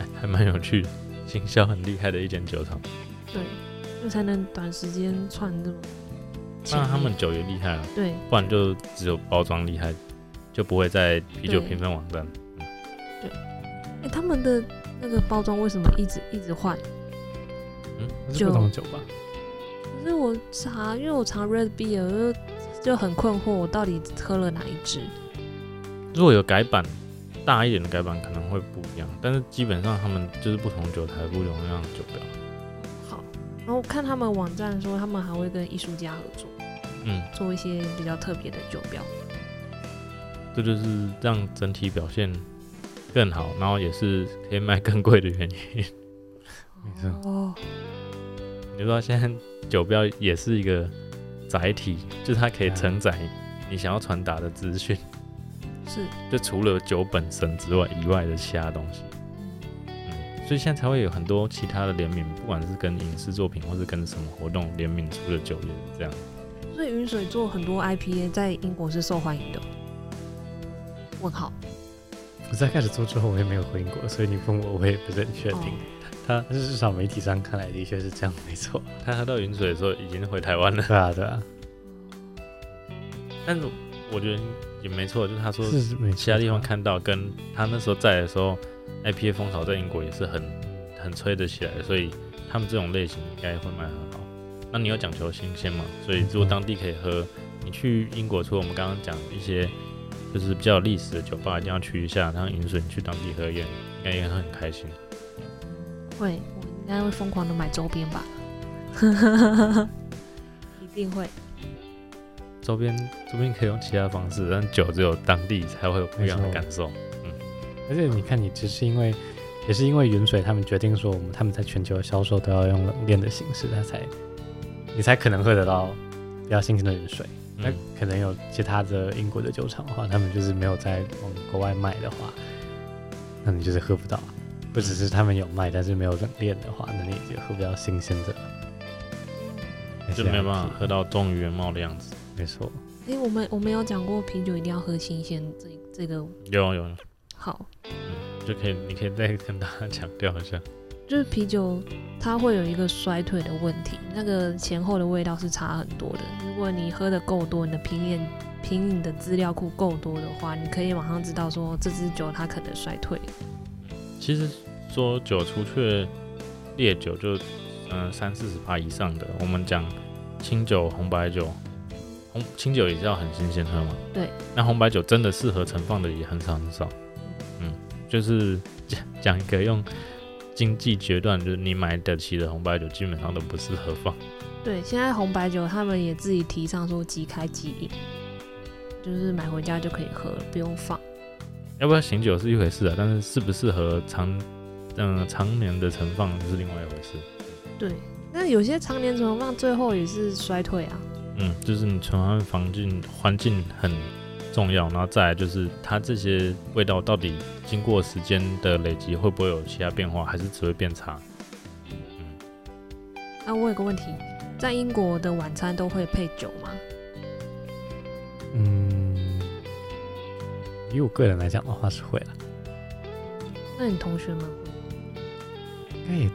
Speaker 2: 哎还蛮有趣的，行销很厉害的一间酒厂。
Speaker 4: 对，这才能短时间串这么
Speaker 2: 当
Speaker 4: 前面。
Speaker 2: 然他们酒也厉害啊，
Speaker 4: 对
Speaker 2: 不然就只有包装厉害，就不会在啤酒
Speaker 4: 对
Speaker 2: 评分网站。
Speaker 4: 哎、他们的那个包装为什么一直一直换？
Speaker 2: 嗯，
Speaker 1: 是不同的酒吧，
Speaker 4: 可是我查，因为我查 Red Beer 我就就很困惑，我到底喝了哪一支？
Speaker 2: 如果有改版，大一点的改版可能会不一样，但是基本上他们就是不同酒台不同样的酒标。
Speaker 4: 好，然后我看他们网站说，他们还会跟艺术家合作，
Speaker 2: 嗯，
Speaker 4: 做一些比较特别的酒标。
Speaker 2: 这就是让整体表现更好，然后也是可以卖更贵的原因。
Speaker 1: [laughs] 没错
Speaker 4: 哦，
Speaker 2: 你知道现在酒标也是一个载体，就是它
Speaker 1: 啊
Speaker 2: 可以承载你想要传达的资讯，
Speaker 4: 是
Speaker 2: 就除了酒本身之外以外的其他东西。嗯，所以现在才会有很多其他的联名，不管是跟影视作品或是跟什么活动联名出的酒也是这样。
Speaker 4: 所以云水做很多 IPA 在英国是受欢迎的。问号，
Speaker 1: 我在开始做之后，我也没有回英国，所以你问我，我也不是很确定。
Speaker 2: 哦
Speaker 4: 哦
Speaker 1: 它但是至少媒体上看来的确是这样，没错。
Speaker 2: 他喝到云水的时候已经回台湾了， [laughs]
Speaker 1: 对啊，对啊，
Speaker 2: 但是我觉得也没错，就是他说
Speaker 1: 是是没错
Speaker 2: 其他地方看到，跟他那时候在的时候，IPA 风潮在英国也是很很吹得起来，所以他们这种类型应该会卖很好。那你要讲求新鲜嘛，所以如果当地可以喝，你去英国除了我们刚刚讲一些就是比较有历史的酒吧，一定要去一下，然后饮水你去当地喝也应该也会很开心。
Speaker 4: 会，我应该会疯狂的买周边 [laughs] 吧，一定会。
Speaker 2: 周边周边可以用其他方式，但酒只有当地才会有不一样的
Speaker 1: 没错
Speaker 2: 感受。
Speaker 1: 而且你看，你只是因为也是因为云水他们决定说，我们他们在全球的销售都要用冷链的形式，它才你才可能喝得到比较新鲜的云水。那
Speaker 2: 嗯
Speaker 1: 可能有其他的英国的酒厂的话，他们就是没有在往国外卖的话，那你就是喝不到啊。不只是他们有卖，但是没有冷链的话，那你就喝不到新鲜的，
Speaker 2: 就没办法。喝到终于原貌的样子。
Speaker 1: 没错，
Speaker 4: 哎、我们我们有讲过啤酒一定要喝新鲜，这这个
Speaker 2: 有有有，
Speaker 4: 好，
Speaker 2: 就可以，你可以再跟大家强调一下。
Speaker 4: 就是啤酒它会有一个衰退的问题，那个前后的味道是差很多的。如果你喝的够多，你的品饮品饮的资料库够多的话，你可以马上知道说这支酒它可能衰退。
Speaker 2: 其实说酒，除却烈酒就嗯三四十趴以上的，我们讲清酒、红白酒，红清酒也是要很新鲜喝嘛。
Speaker 4: 对。
Speaker 2: 那红白酒真的适合存放的也很少很少。嗯，就是讲讲一个用经济决断，就是你买得起的红白酒基本上都不适合放。
Speaker 4: 对，现在红白酒他们也自己提倡说即开即饮，就是买回家就可以喝了，不用放。
Speaker 2: 要不要醒酒是一回事啊，但是适不适合长嗯、常年的存放是另外一回事。
Speaker 4: 对，那有些常年存放最后也是衰退啊。
Speaker 2: 嗯，就是你存放环境环境很重要，然后再来就是它这些味道到底经过时间的累积会不会有其他变化，还是只会变差？
Speaker 4: 那、我有个问题，在英国的晚餐都会配酒吗？
Speaker 1: 嗯，以我个人来讲的话是会了，
Speaker 4: 那你同学们
Speaker 1: 应该也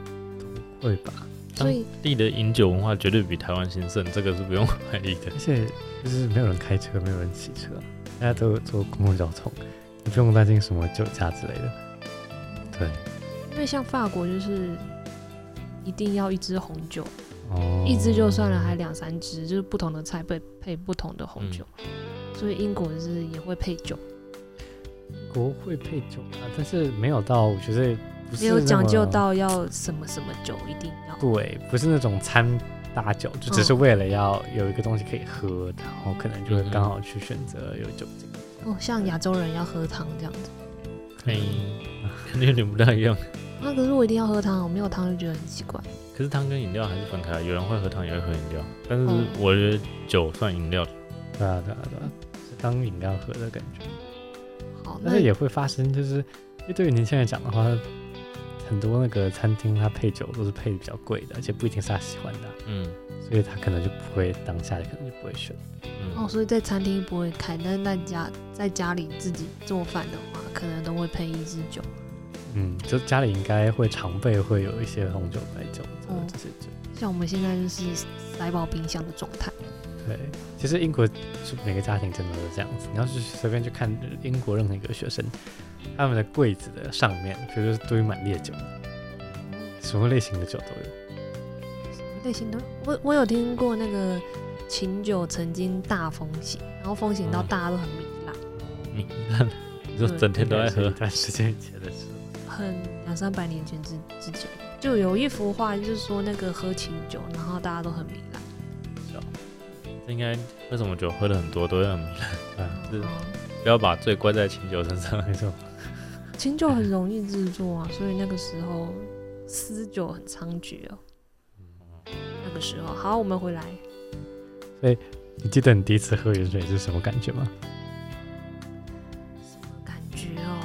Speaker 1: 都会吧。
Speaker 4: 所以
Speaker 2: 地的饮酒文化绝对比台湾兴盛，这个是不用 [laughs] 怀疑的
Speaker 1: 而。且就是没有人开车，没有人骑车，啊大家都坐公共交通，你不用担心什么酒驾之类的。对，
Speaker 4: 因为像法国就是一定要一支红酒，
Speaker 1: 哦，
Speaker 4: 一支就算了，还两三支，就是不同的菜配配不同的红酒，
Speaker 1: 嗯
Speaker 4: 所以英国就是也会配酒，
Speaker 1: 国会配酒啊，但是没有到，我觉得不是
Speaker 4: 没有讲究
Speaker 1: 那么
Speaker 4: 到要什么什么酒一定要。
Speaker 1: 对，不是那种餐搭酒，就
Speaker 4: 嗯
Speaker 1: 只是为了要有一个东西可以喝，然后可能就会刚好去选择有酒精。
Speaker 4: 哦，像亚洲人要喝汤这样子，
Speaker 2: 哎、肯定有点不大一样。
Speaker 4: 那、啊可是我一定要喝汤，我没有汤就觉得很奇怪。
Speaker 2: 可是汤跟饮料还是分开，啊有人会喝汤，也会喝饮料，但是
Speaker 4: 嗯
Speaker 2: 我觉得酒算饮料。
Speaker 1: 对啊，对啊，对啊，是当饮料喝的感觉。
Speaker 4: 好，
Speaker 1: 但
Speaker 4: 那
Speaker 1: 是也会发生，就是因为对于年轻人讲的话，很多那个餐厅它配酒都是配比较贵的，而且不一定是他喜欢的啊，
Speaker 2: 嗯
Speaker 1: 所以他可能就不会当下可能就不会选。
Speaker 2: 嗯，
Speaker 4: 哦，所以在餐厅不会开，但是在家在家里自己做饭的话，可能都会配一支酒。
Speaker 1: 嗯，就家里应该会常备会有一些红酒、白酒
Speaker 4: 哦
Speaker 1: 这些酒。
Speaker 4: 像我们现在就是塞爆冰箱的状态。
Speaker 1: 对，其实英国是每个家庭真的都是这样子。你要是随便去看英国任何一个学生，他们的柜子的上面，比如说堆满烈酒，什么类型的酒都有。
Speaker 4: 类型的，我我有听过那个琴酒曾经大风行，然后风行到
Speaker 2: 嗯
Speaker 4: 大家都很糜烂，
Speaker 2: 你看，你说整 [laughs] 天都在
Speaker 1: 应该
Speaker 2: 喝
Speaker 1: 是一，段时间以前的事。
Speaker 4: 很两三百年前之之前，就有一幅画，就是说那个喝琴酒，然后大家都很糜烂。
Speaker 2: 这应该喝什么酒喝的很多都会很 [laughs] 糜烂，
Speaker 1: 啊，
Speaker 2: 是
Speaker 4: 哦
Speaker 2: 不要把罪怪在清酒身上。
Speaker 1: 没错，
Speaker 4: 琴酒很容易制作啊，所以那个时候私酒很猖獗哦。那个时候，好，我们回来，
Speaker 1: 你记得你第一次喝原水是什么感觉吗？
Speaker 4: 什么感觉哦？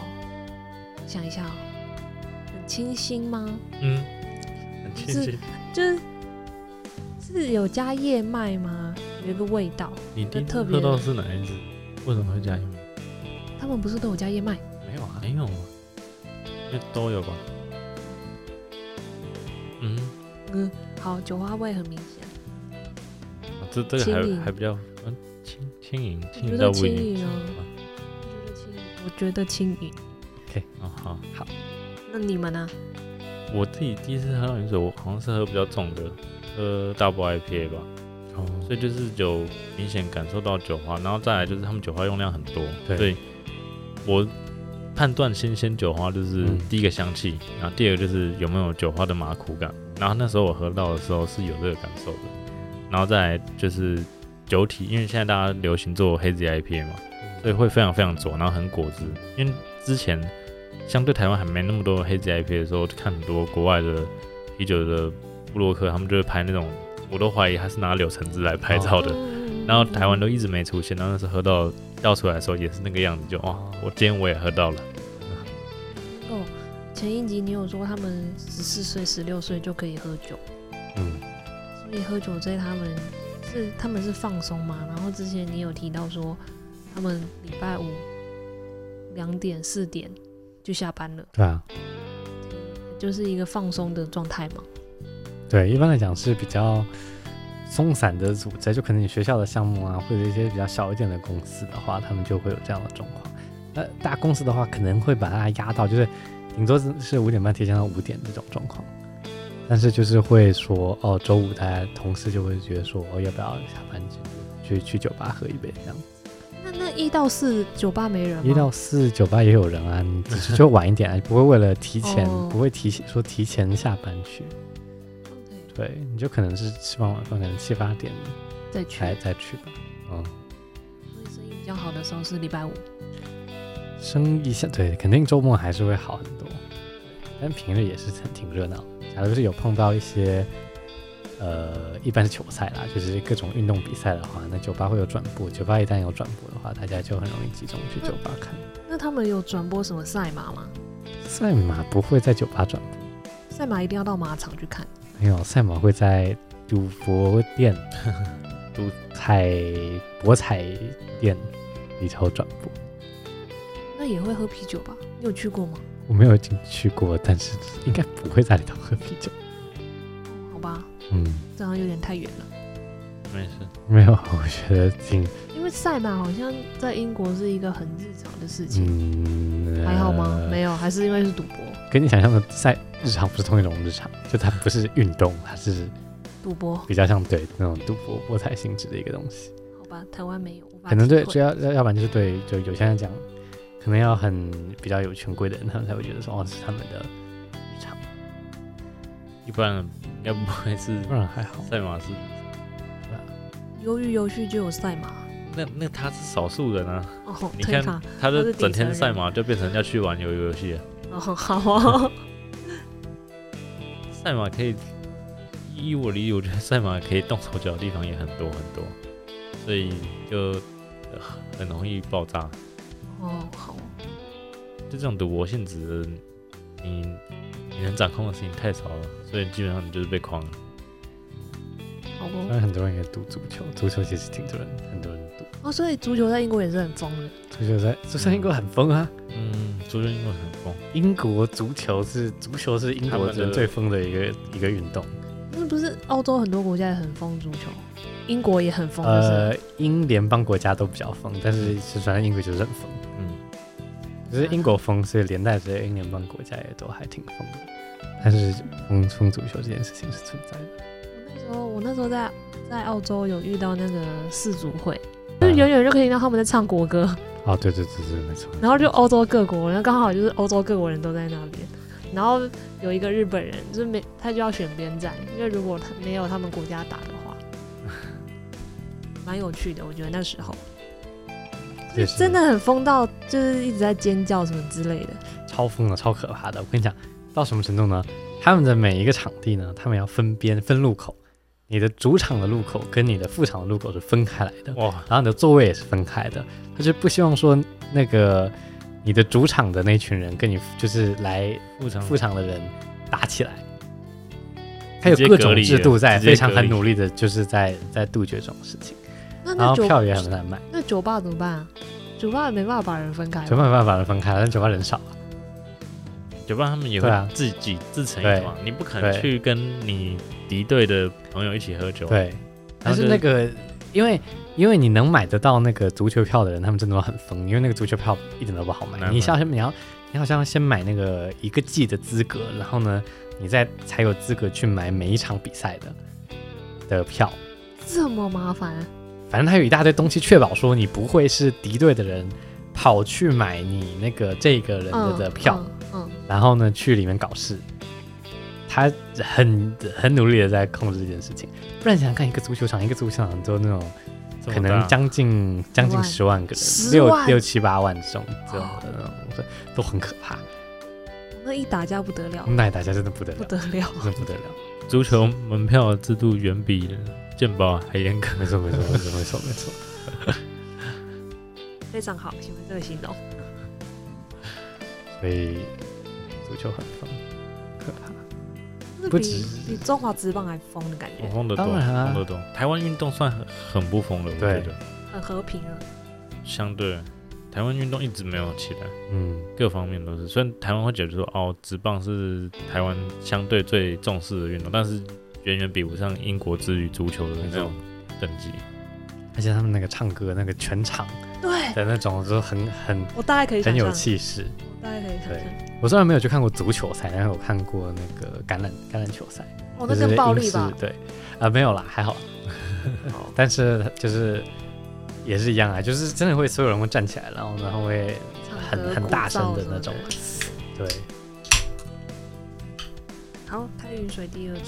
Speaker 4: 想一下、哦，很清新吗？
Speaker 2: 嗯， [laughs] 很
Speaker 4: 是
Speaker 2: 清晰。
Speaker 4: 就是是有加燕麦吗？有一个味道，
Speaker 2: 你第一
Speaker 4: 就
Speaker 2: 次
Speaker 4: 特别
Speaker 2: 喝到是哪一支？为什么会加一麦？
Speaker 4: 他们不是都有加燕麦？
Speaker 2: 没有啊，没有啊，因为都有吧。嗯，
Speaker 4: 嗯，好，酒花味很明显，
Speaker 2: 啊这这个
Speaker 4: 轻
Speaker 2: 还
Speaker 4: 盈
Speaker 2: 还比较嗯轻轻盈，轻
Speaker 4: 觉
Speaker 2: 盈
Speaker 4: 得
Speaker 2: 到不
Speaker 4: 轻
Speaker 2: 一
Speaker 4: 盈
Speaker 2: 样。
Speaker 4: 哦我觉得轻盈。
Speaker 2: 啊好，
Speaker 4: 那你们呢？
Speaker 2: 我自己第一次喝到饮水，我好像是喝比较重的，喝 double IPA 吧，
Speaker 1: 哦，
Speaker 2: 所以就是有明显感受到酒花，然后再来就是他们酒花用量很多，
Speaker 1: 对
Speaker 2: 所以我判断新鲜酒花就是
Speaker 1: 嗯
Speaker 2: 第一个香气，然后第二个就是有没有酒花的麻苦感，然后那时候我喝到的时候是有这个感受的，然后再来就是酒体，因为现在大家流行做黑 y IPA 嘛，所以会非常非常浊，然后很果汁。因为之前相对台湾还没那么多黑 y IPA 的时候，看很多国外的啤酒的布洛克，他们就会拍那种，我都怀疑他是拿柳橙汁来拍照的。
Speaker 4: 嗯
Speaker 2: [laughs] 然后台湾都一直没出现，然后那时候喝到哦倒出来的时候也是那个样子，就哇，我今天我也喝到了。
Speaker 4: 哦，前前一集你有说他们十四岁、十六岁就可以喝酒，
Speaker 1: 嗯，
Speaker 4: 所以喝酒醉他们是他们是放松嘛？然后之前你有提到说他们礼拜五两点四点就下班了，
Speaker 1: 对啊，
Speaker 4: 就是一个放松的状态嘛。
Speaker 1: 对，一般来讲是比较松散的组织，就可能你学校的项目啊，或者一些比较小一点的公司的话，他们就会有这样的状况。那大公司的话，可能会把它压到，就是顶多是五点半提前到五点这种状况。但是就是会说，哦，周五大家同事就会觉得说，哦，要不要下班去去去酒吧喝一杯这样？
Speaker 4: 那那一到四酒吧没人吗？
Speaker 1: 一到四酒吧也有人啊，你只是就晚一点啊，不会为了提前，
Speaker 4: 哦
Speaker 1: 不会提前说提前下班去，
Speaker 4: 对
Speaker 1: 对，你就可能是吃完晚饭，可能七八点
Speaker 4: 再去，
Speaker 1: 才再去吧。嗯，
Speaker 4: 所以生意比较好的时候是礼拜五。
Speaker 1: 生意下对，肯定周末还是会好很多，但平日也是很挺热闹的。假如是有碰到一些，呃，一般是球赛啦，就是各种运动比赛的话，那酒吧会有转播。酒吧一旦有转播的话，大家就很容易集中去酒吧看。
Speaker 4: 那他们有转播什么赛马吗？
Speaker 1: [laughs] 赛马不会在酒吧转播，
Speaker 4: 赛马一定要到马场去看。
Speaker 1: 没有赛马会在赌博店、赌彩博彩店里头转播。
Speaker 4: 那也会喝啤酒吧？你有去过吗？
Speaker 1: 我没有进去过，但是应该不会在里头喝啤酒。
Speaker 4: 好吧，
Speaker 1: 嗯，
Speaker 4: 这样有点太远了。
Speaker 2: 没事。
Speaker 1: [laughs] 没有，我觉得挺
Speaker 4: 因为赛马好像在英国是一个很日常的事情，
Speaker 1: 嗯，
Speaker 4: 还好吗？
Speaker 1: 呃
Speaker 4: 没有，还是因为是赌博，
Speaker 1: 跟你想象的赛日常不是同一种日常，就它不是运动，它是
Speaker 4: 赌博
Speaker 1: 比较像对那种赌博博彩性质的一个东西。
Speaker 4: 好吧，台湾没有，无法
Speaker 1: 可能对，
Speaker 4: 体会
Speaker 1: 就要要要不然就是对，就有些人讲，可能要很比较有权贵的人，他们才会觉得说哦是他们的日常，
Speaker 2: 一般人应该不会是 [laughs]
Speaker 1: 不然还好。
Speaker 2: 赛马是，
Speaker 4: 忧郁游戏就有赛马
Speaker 2: 那那他是少数人啊。
Speaker 4: 哦，
Speaker 2: 你
Speaker 4: 推
Speaker 2: 看
Speaker 4: 卡
Speaker 2: 他
Speaker 4: 他
Speaker 2: 就是整天
Speaker 4: 底层
Speaker 2: 赛
Speaker 4: 人
Speaker 2: 马，就变成要去玩游游戏了。
Speaker 4: 哦，好
Speaker 1: [laughs]
Speaker 4: 哦，
Speaker 2: 赛马可以，依我理解，我觉得赛马可以动手脚的地方也很多很多，所以就呃很容易爆炸。
Speaker 4: 哦好，
Speaker 2: 就这种赌博性质的，你你能掌控的事情太少了，所以基本上你就是被框了。
Speaker 4: 好
Speaker 1: 虽
Speaker 4: 哦
Speaker 1: 然很多人也赌足球，足球其实挺多人很多人赌，
Speaker 4: 哦，所以足球在英国也是很疯的，
Speaker 1: 足球在足球在英国很疯啊，
Speaker 2: 嗯，足球英文很疯，
Speaker 1: 英国足球是足球是英
Speaker 2: 他
Speaker 1: 国
Speaker 2: 们的
Speaker 1: 人最疯的一个一个运动。
Speaker 4: 那嗯不是欧洲很多国家也很疯足球，英国也很疯，就是了、
Speaker 1: 呃，英联邦国家都比较疯，但
Speaker 4: 嗯
Speaker 1: 是是反正英国就是很疯，
Speaker 2: 嗯，
Speaker 1: 只是英国疯，所以连带着英联邦国家也都还挺疯的。但是疯疯足球这件事情是存在的，
Speaker 4: 那时候我那时候在在澳洲有遇到那个世足会，
Speaker 1: 啊
Speaker 4: 就是远远就可以听到他们在唱国歌， [laughs]
Speaker 1: 哦，对对对对，没错。
Speaker 4: 然后就欧洲各国，然后刚好就是欧洲各国人都在那边，然后有一个日本人，就是没他就要选边站，因为如果他没有他们国家打的话，蛮有趣的，我觉得那时候
Speaker 1: 嗯也是
Speaker 4: 真的很疯到就是一直在尖叫什么之类的，
Speaker 1: 超疯的，超可怕的。我跟你讲，到什么程度呢？他们的每一个场地呢，他们要分边分路口，你的主场的路口跟你的副场的路口是分开来的，
Speaker 2: 哇，
Speaker 1: 然后你的座位也是分开的，他就不希望说那个你的主场的那群人跟你就是来
Speaker 2: 副场
Speaker 1: 副场的人打起来。他有
Speaker 2: 直接
Speaker 1: 各
Speaker 2: 隔
Speaker 1: 种
Speaker 2: 离
Speaker 1: 制度
Speaker 2: 了
Speaker 1: 在，
Speaker 2: 直接
Speaker 1: 非常
Speaker 2: 隔
Speaker 1: 很
Speaker 2: 离
Speaker 1: 努力的，就是在在杜绝这种事情。
Speaker 4: 那
Speaker 1: 然
Speaker 4: 那
Speaker 1: 后
Speaker 4: 酒
Speaker 1: 票也很难买，
Speaker 4: 那酒吧怎么办啊？酒吧也没办法把人分开吧，
Speaker 1: 酒吧没办法分开，但酒吧人少啊。
Speaker 2: 酒吧他们也
Speaker 1: 对啊
Speaker 2: 会自己自成一团，你不可能
Speaker 1: 对
Speaker 2: 去跟你敌对的朋友一起喝酒。，啊
Speaker 1: 对，但是
Speaker 2: 就
Speaker 1: 那个，因为因为你能买得到那个足球票的人，他们真的都很疯，因为那个足球票一点都不好买。
Speaker 2: 难
Speaker 1: 你
Speaker 2: 买
Speaker 1: 像什么？你要你好像先买那个一个季的资格，然后呢，你再才有资格去买每一场比赛的的票。
Speaker 4: 这么麻烦啊、
Speaker 1: 反正它有一大堆东西确保说你不会是敌对的人跑去买你那个这个人的
Speaker 4: 嗯
Speaker 1: 的票，
Speaker 4: 嗯，
Speaker 1: 然后呢去里面搞事。他很很努力的在控制这件事情，不然想想看，一个足球场，一个足球场都那种可
Speaker 2: 啊
Speaker 1: 能将近将近十万个人，
Speaker 4: 10
Speaker 1: 六
Speaker 4: 万
Speaker 1: 六七八万这种这种的那种，都很可怕。
Speaker 4: 嗯那一打架不得了，
Speaker 1: 那大家真的不得
Speaker 4: 不
Speaker 1: 了，
Speaker 4: 得了，
Speaker 1: 真的哦不得了。
Speaker 2: 足球门票制度远比健保还严格。
Speaker 1: 没错，没错，没错，没错，没 [laughs] 错。
Speaker 4: 哦非常好，喜欢这个形容。
Speaker 1: 所以足球很疯，可怕。
Speaker 4: 就是
Speaker 1: 不
Speaker 4: 比
Speaker 1: 止
Speaker 4: 比中华职棒还疯的感
Speaker 2: 我
Speaker 4: 觉，
Speaker 2: 轰得懂，
Speaker 1: 当然啊
Speaker 2: 轰得懂。台湾运动算很很不疯的，我觉
Speaker 1: 对
Speaker 2: 得
Speaker 4: 很和平啊。
Speaker 2: 相对台湾运动一直没有起来，
Speaker 1: 嗯，
Speaker 2: 各方面都是。虽然台湾会解读说，哦，直棒是台湾相对最重视的运动，但是远远比不上英国之于足球的那种等级。
Speaker 1: 而且他们那个唱歌那个全场
Speaker 4: 对，
Speaker 1: 的那种，就很很
Speaker 4: 我大概可以
Speaker 1: 很
Speaker 4: 想
Speaker 1: 有
Speaker 4: 象，
Speaker 1: 气势。
Speaker 4: 我大概可以想
Speaker 1: 对
Speaker 4: 象，
Speaker 1: 我虽然没有去看过足球赛，但是我看过那个橄榄橄榄球赛，
Speaker 4: 哦，
Speaker 1: 就
Speaker 4: 那
Speaker 1: 是
Speaker 4: 更暴
Speaker 1: 英
Speaker 4: 力
Speaker 1: 式
Speaker 4: 吧？哦
Speaker 1: 对，啊、没有啦，还好。 [laughs] 但是就是也是一样啊，就是真的会所有人会站起来，然后然后会
Speaker 4: 唱
Speaker 1: 很
Speaker 4: 歌
Speaker 1: 很
Speaker 4: 鼓
Speaker 1: 大声
Speaker 4: 噪
Speaker 1: 的
Speaker 4: 什
Speaker 1: 那
Speaker 4: 么
Speaker 1: 种对，
Speaker 4: 好，太云水第二支，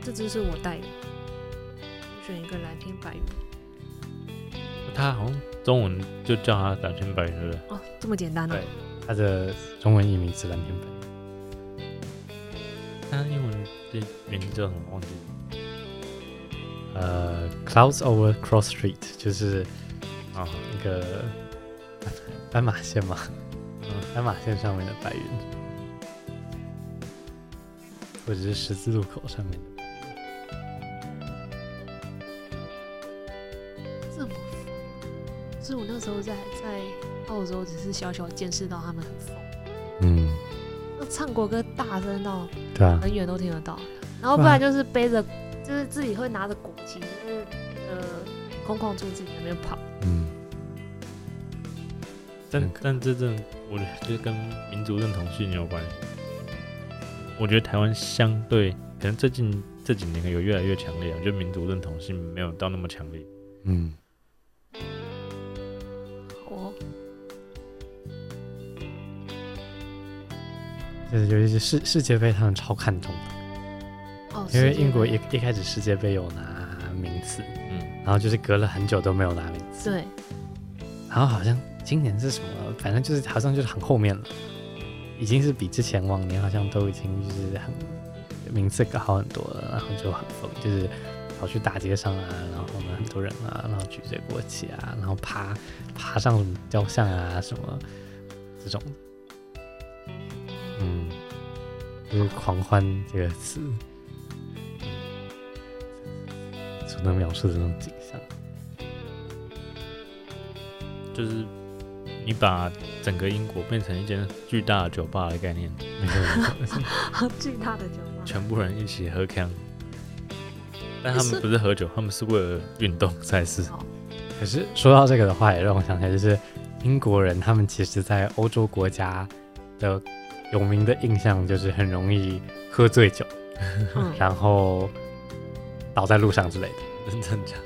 Speaker 4: 这支是我带的，我选一个蓝天白云。
Speaker 2: 它好像中文就叫它蓝天白云，对不对？
Speaker 4: 哦，这么简单哦、
Speaker 1: 对它的中文译名是蓝天白云，
Speaker 2: 它英文的名字叫什么？忘记了。
Speaker 1: 呃，Clouds over Cross Street 就是
Speaker 2: 啊，
Speaker 1: 那个斑马线嘛，
Speaker 2: 嗯
Speaker 1: 斑马线上面的白云，或者是十字路口上面的白
Speaker 4: 这么疯，所以我那时候在在澳洲只是小小见识到他们很疯，
Speaker 1: 云，嗯，
Speaker 4: 那唱国歌大声到
Speaker 1: 对啊，
Speaker 4: 很远都听得到，然后不然就是背着，就是自己会拿着国旗，就是呃空旷处自己在那边跑，
Speaker 1: 嗯，
Speaker 2: 但但这阵我觉得跟民族认同性有关系。我觉得台湾相对可能最近这几年有越来越强烈，我觉得民族认同性没有到那么强烈。
Speaker 1: 嗯，
Speaker 4: 我
Speaker 1: 就是尤其是世世界杯，他们超看重的，
Speaker 4: 哦，
Speaker 1: 因为
Speaker 4: 世界
Speaker 1: 英国
Speaker 4: 杯
Speaker 1: 一一开始世界杯有拿名次，
Speaker 2: 嗯，
Speaker 1: 然后就是隔了很久都没有拿名次，
Speaker 4: 对
Speaker 1: 然后好像今年是什么，反正就是好像就是很后面了，已经是比之前往年好像都已经就是很名次高很多了，然后就很疯，就是跑去大街上啊，然后呢很多人啊，然后举着国旗啊，然后爬爬上雕像啊什么这种，嗯，就是狂欢这个词，所能描述的这种景象，
Speaker 2: 就是你把整个英国变成一间巨大的酒吧的概念，
Speaker 1: 没
Speaker 2: [laughs]
Speaker 1: 错没错。
Speaker 4: 巨大的酒吧，
Speaker 2: 全部人一起喝 can。但他们不是喝酒，他们是为了运动赛事。
Speaker 1: 可是说到这个的话，也让我想起来，就是英国人他们其实，在欧洲国家的有名的印象就是很容易喝醉酒，
Speaker 4: 嗯，
Speaker 1: 然后倒在路上之类的。
Speaker 2: [laughs] 真正讲，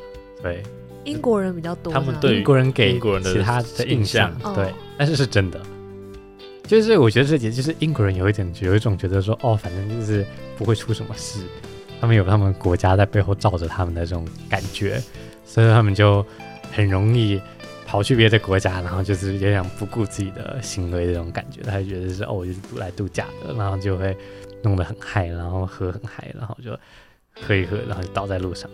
Speaker 1: 对，
Speaker 4: 英国人比较多，
Speaker 2: 他们
Speaker 4: 是吧
Speaker 2: 对于
Speaker 1: 英国人给
Speaker 2: 英国人的
Speaker 1: 其他的印象，
Speaker 2: 印
Speaker 4: 象
Speaker 1: 对
Speaker 4: 哦，
Speaker 1: 但是是真的。就是我觉得这也就是英国人有一点有一种觉得说，哦，反正就是不会出什么事，他们有他们国家在背后罩着他们的这种感觉，所以他们就很容易跑去别的国家，然后就是有点不顾自己的行为这种感觉，他就觉得是哦，我就是来度假的，然后就会弄得很嗨，然后喝很嗨，然后就喝一喝，然后就倒在路上。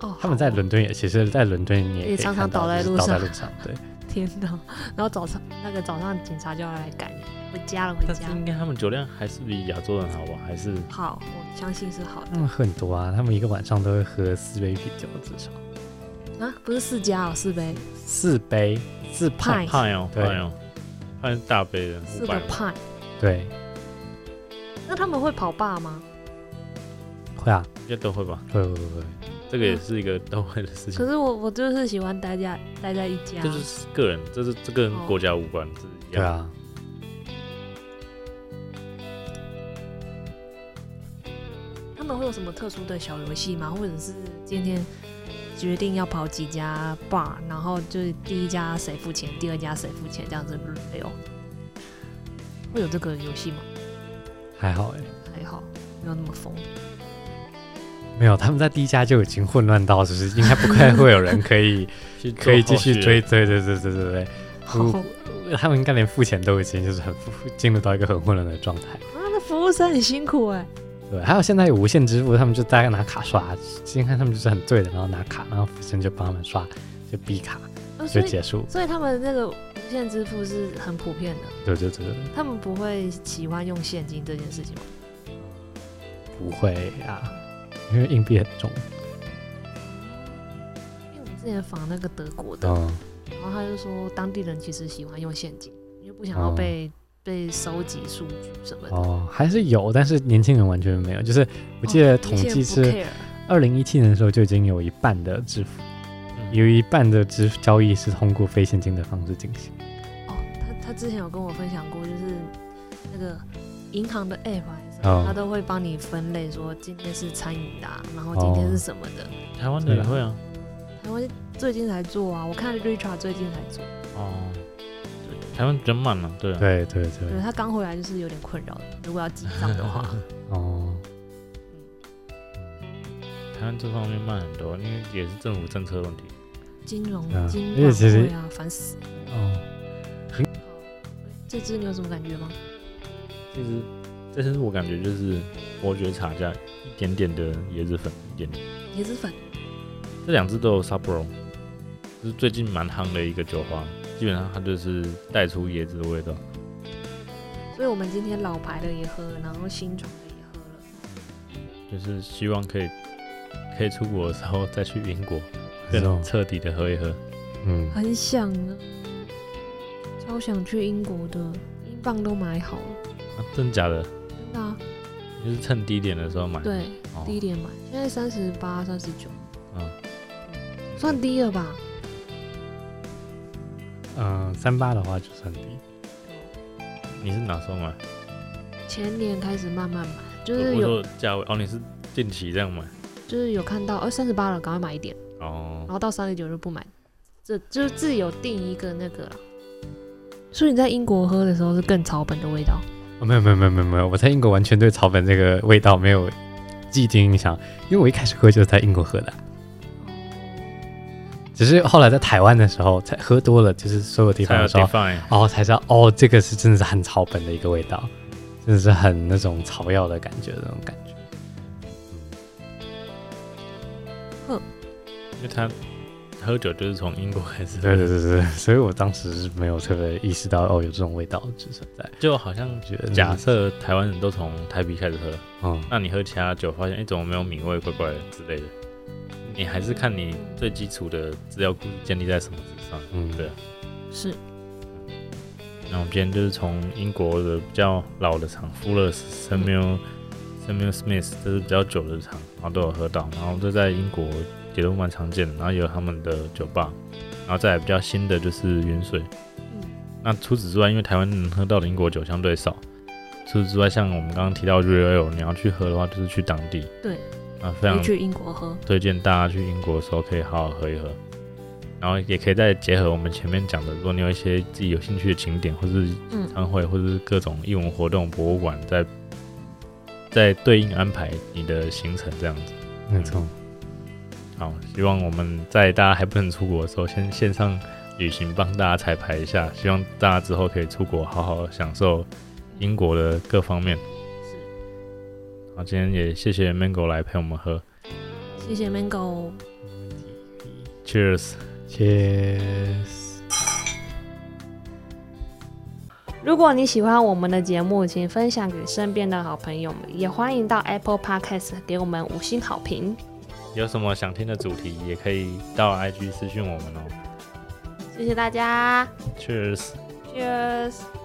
Speaker 4: 哦，
Speaker 1: 他们在
Speaker 4: 好
Speaker 1: 伦敦也，其实，在伦敦你也
Speaker 4: 也
Speaker 1: 可以
Speaker 4: 常
Speaker 1: 看
Speaker 4: 常
Speaker 1: 到
Speaker 4: 倒在
Speaker 1: 就是
Speaker 4: 路
Speaker 1: 倒在
Speaker 4: 上
Speaker 1: 路上，对，
Speaker 4: [laughs] 天哪！然后早上那个早上警察就要来赶你，回家了，回
Speaker 2: 但是
Speaker 4: 家。
Speaker 2: 应该他们酒量还是比亚洲人好吧？还是
Speaker 4: 好，我相信是好
Speaker 1: 他们喝很多啊，他们一个晚上都会喝四杯啤酒至少，
Speaker 4: 的啊，不是四家哦，四杯，
Speaker 1: 四杯四派，
Speaker 4: 派
Speaker 2: 派哦，
Speaker 1: 对
Speaker 2: 派哦，派是大杯的，
Speaker 4: 四
Speaker 2: 五百
Speaker 4: 个。派。
Speaker 1: 对，
Speaker 4: 那他们会跑吧吗？
Speaker 1: 会啊，
Speaker 2: 应该都会吧？
Speaker 1: 会会会会，
Speaker 2: 这个也是一个都会的事情
Speaker 4: 可，是我我就是喜欢待在待在一家，
Speaker 2: 这就是个人，这是这跟
Speaker 4: 哦
Speaker 2: 国家无关，这是一
Speaker 1: 对
Speaker 2: 样。
Speaker 1: 啊，
Speaker 4: 他们会有什么特殊的小游戏吗？或者是今天决定要跑几家 bar，然后就是第一家谁付钱，第二家谁付钱，这样子轮流，会有这个游戏吗？
Speaker 1: 还好哎、
Speaker 4: 还好，没有那么疯。
Speaker 1: 没有，他们在第一家就已经混乱到，就是应该不太会有人可
Speaker 2: [laughs]
Speaker 1: 以
Speaker 2: 去做
Speaker 1: 可以继
Speaker 2: 后续
Speaker 1: 续
Speaker 2: 的
Speaker 1: 追，对对对对对对，
Speaker 4: 好
Speaker 1: 不他们应该连付钱都已经就是很进入到一个很混乱的状态。
Speaker 4: 啊，那服务生很辛苦哎、
Speaker 1: 对，还有现在有无限支付，他们就大概拿卡刷，今天看他们就是很醉的，然后拿卡，然后服务生就帮他们刷，就 B 卡
Speaker 4: 啊所
Speaker 1: 就
Speaker 4: 以
Speaker 1: 结束。
Speaker 4: 所以他们那个无线支付是很普遍的，
Speaker 1: 对对对，
Speaker 4: 他们不会喜欢用现金这件事情吗？
Speaker 1: 不会啊，因为硬币很重。
Speaker 4: 因为我们之前访那个德国的，
Speaker 1: 嗯，
Speaker 4: 然后他就说当地人其实喜欢用现金，因为不想要被、被收集数据什么的。
Speaker 1: 哦，还是有，但是年轻人完全没有。就是我记得统计
Speaker 4: 有
Speaker 1: 是
Speaker 4: 些人
Speaker 1: 二零一七年的时候就已经有一半的支付，
Speaker 2: 嗯
Speaker 1: 有一半的支付交易是通过非现金的方式进行。
Speaker 4: 不 care 哦，他他之前有跟我分享过，就是那个银行的 app 啊还是什么
Speaker 1: 哦
Speaker 4: 他都会帮你分类，说今天是餐饮的啊、然后今
Speaker 1: 哦
Speaker 4: 天是什么的。
Speaker 2: 台湾的也会啊。
Speaker 4: 台湾最近才做啊，我看 Richard 最近才做，
Speaker 2: 哦，对，台湾比较慢了、对啊。
Speaker 1: 啊对对对，
Speaker 4: 对他刚回来就是有点困扰，如果要记账的
Speaker 1: [laughs]
Speaker 4: 话，
Speaker 1: 哦，
Speaker 2: 台湾这方面慢很多，因为也是政府政策问题。
Speaker 4: 金融
Speaker 1: 对啊
Speaker 4: 金
Speaker 1: 而且其实
Speaker 4: 融啊，烦死。
Speaker 1: 哦，
Speaker 4: 这支你有什么感觉吗？
Speaker 2: 其实这是我感觉就是伯爵茶加一点点的椰子粉，一点点。
Speaker 4: 椰子粉
Speaker 2: 这两支都有 Sapporo，就是最近蛮夯的一个酒花，基本上它就是带出椰子的味道。
Speaker 4: 所以我们今天老牌的也喝了，然后新装的也喝了。
Speaker 2: 就是希望可以可以出国的时候再去英国，
Speaker 1: 这种
Speaker 2: 更彻底的喝一喝。
Speaker 1: 嗯，
Speaker 4: 很想啊，超想去英国的，英镑都买好了，
Speaker 2: 啊，真的假的？
Speaker 4: 真的、啊，
Speaker 2: 就是趁低点的时候买。
Speaker 4: 对，
Speaker 2: 哦，
Speaker 4: 低点买，现在三十八、三十九，
Speaker 2: 嗯，
Speaker 4: 算低了吧？
Speaker 1: 嗯，三八的话就算低。
Speaker 2: 你是哪时候买？
Speaker 4: 前年开始慢慢买，就
Speaker 2: 我
Speaker 4: 是
Speaker 2: 我
Speaker 4: 有
Speaker 2: 说价位哦，你是近期这样买
Speaker 4: 就是有看到，呃，三十八了，赶快买一点，然
Speaker 2: 哦。
Speaker 4: 后到三十九就不买，这就是自己有定一个那个啦。所以你在英国喝的时候是更草本的味道，
Speaker 1: 哦，没有没有没有没有没有，我在英国完全对草本这个味道没有既定印象，因为我一开始喝就是在英国喝的，只是后来在台湾的时候才喝多了，就是所有地方
Speaker 2: 才有欸
Speaker 1: 的时候，
Speaker 2: define
Speaker 1: 哦，才知道哦，这个是真的是很草本的一个味道，真的是很那种草药的感觉，那种感觉。
Speaker 2: 因为他喝酒就是从英国开始，
Speaker 1: 对对，对对，所以我当时是没有特别意识到哦，有这种味道只存在。
Speaker 2: 就好像
Speaker 1: 觉得
Speaker 2: 假设台湾人都从台啤开始喝，
Speaker 1: 嗯，
Speaker 2: 那你喝其他酒发现哎、怎么没有米味，怪怪的之类的，你还是看你最基础的资料库建立在什么之上。
Speaker 1: 嗯
Speaker 2: 对啊。
Speaker 4: 是
Speaker 2: 那我们今天就是从英国的比较老的厂 f u l l e r s Samuel、Samuel Smith，这是比较久的厂，然后都有喝到，然后这在英国也都蛮常见的，然后也有他们的酒吧，然后再来比较新的就是云水。那除此之外，因为台湾能喝到的英国酒相对少，除此之外，像我们刚刚提到 Real，你要去喝的话，就是去当地。
Speaker 4: 对，
Speaker 2: 啊，非常
Speaker 4: 你去英国喝，
Speaker 2: 推荐大家去英国的时候可以好好喝一喝，然后也可以再结合我们前面讲的，如果你有一些自己有兴趣的景点，或是演
Speaker 4: 嗯
Speaker 2: 唱会，或者是各种艺文活动、博物馆，再再对应安排你的行程这样子。
Speaker 1: 没错。
Speaker 2: 好，希望我们在大家还不能出国的时候，先线上旅行帮大家彩排一下，希望大家之后可以出国好好享受英国的各方面。
Speaker 4: 是
Speaker 2: 好，今天也谢谢 Mango 来陪我们喝
Speaker 4: 谢谢 Mango。
Speaker 2: ，Cheers。
Speaker 1: Cheers。
Speaker 4: 如果你喜欢我们的节目，请分享给身边的好朋友们，也欢迎到 Apple Podcast 给我们五星好评。
Speaker 2: 有什么想听的主题，也可以到 IG 私讯我们哦。
Speaker 4: 谢谢大家
Speaker 2: Cheers。
Speaker 3: ，Cheers。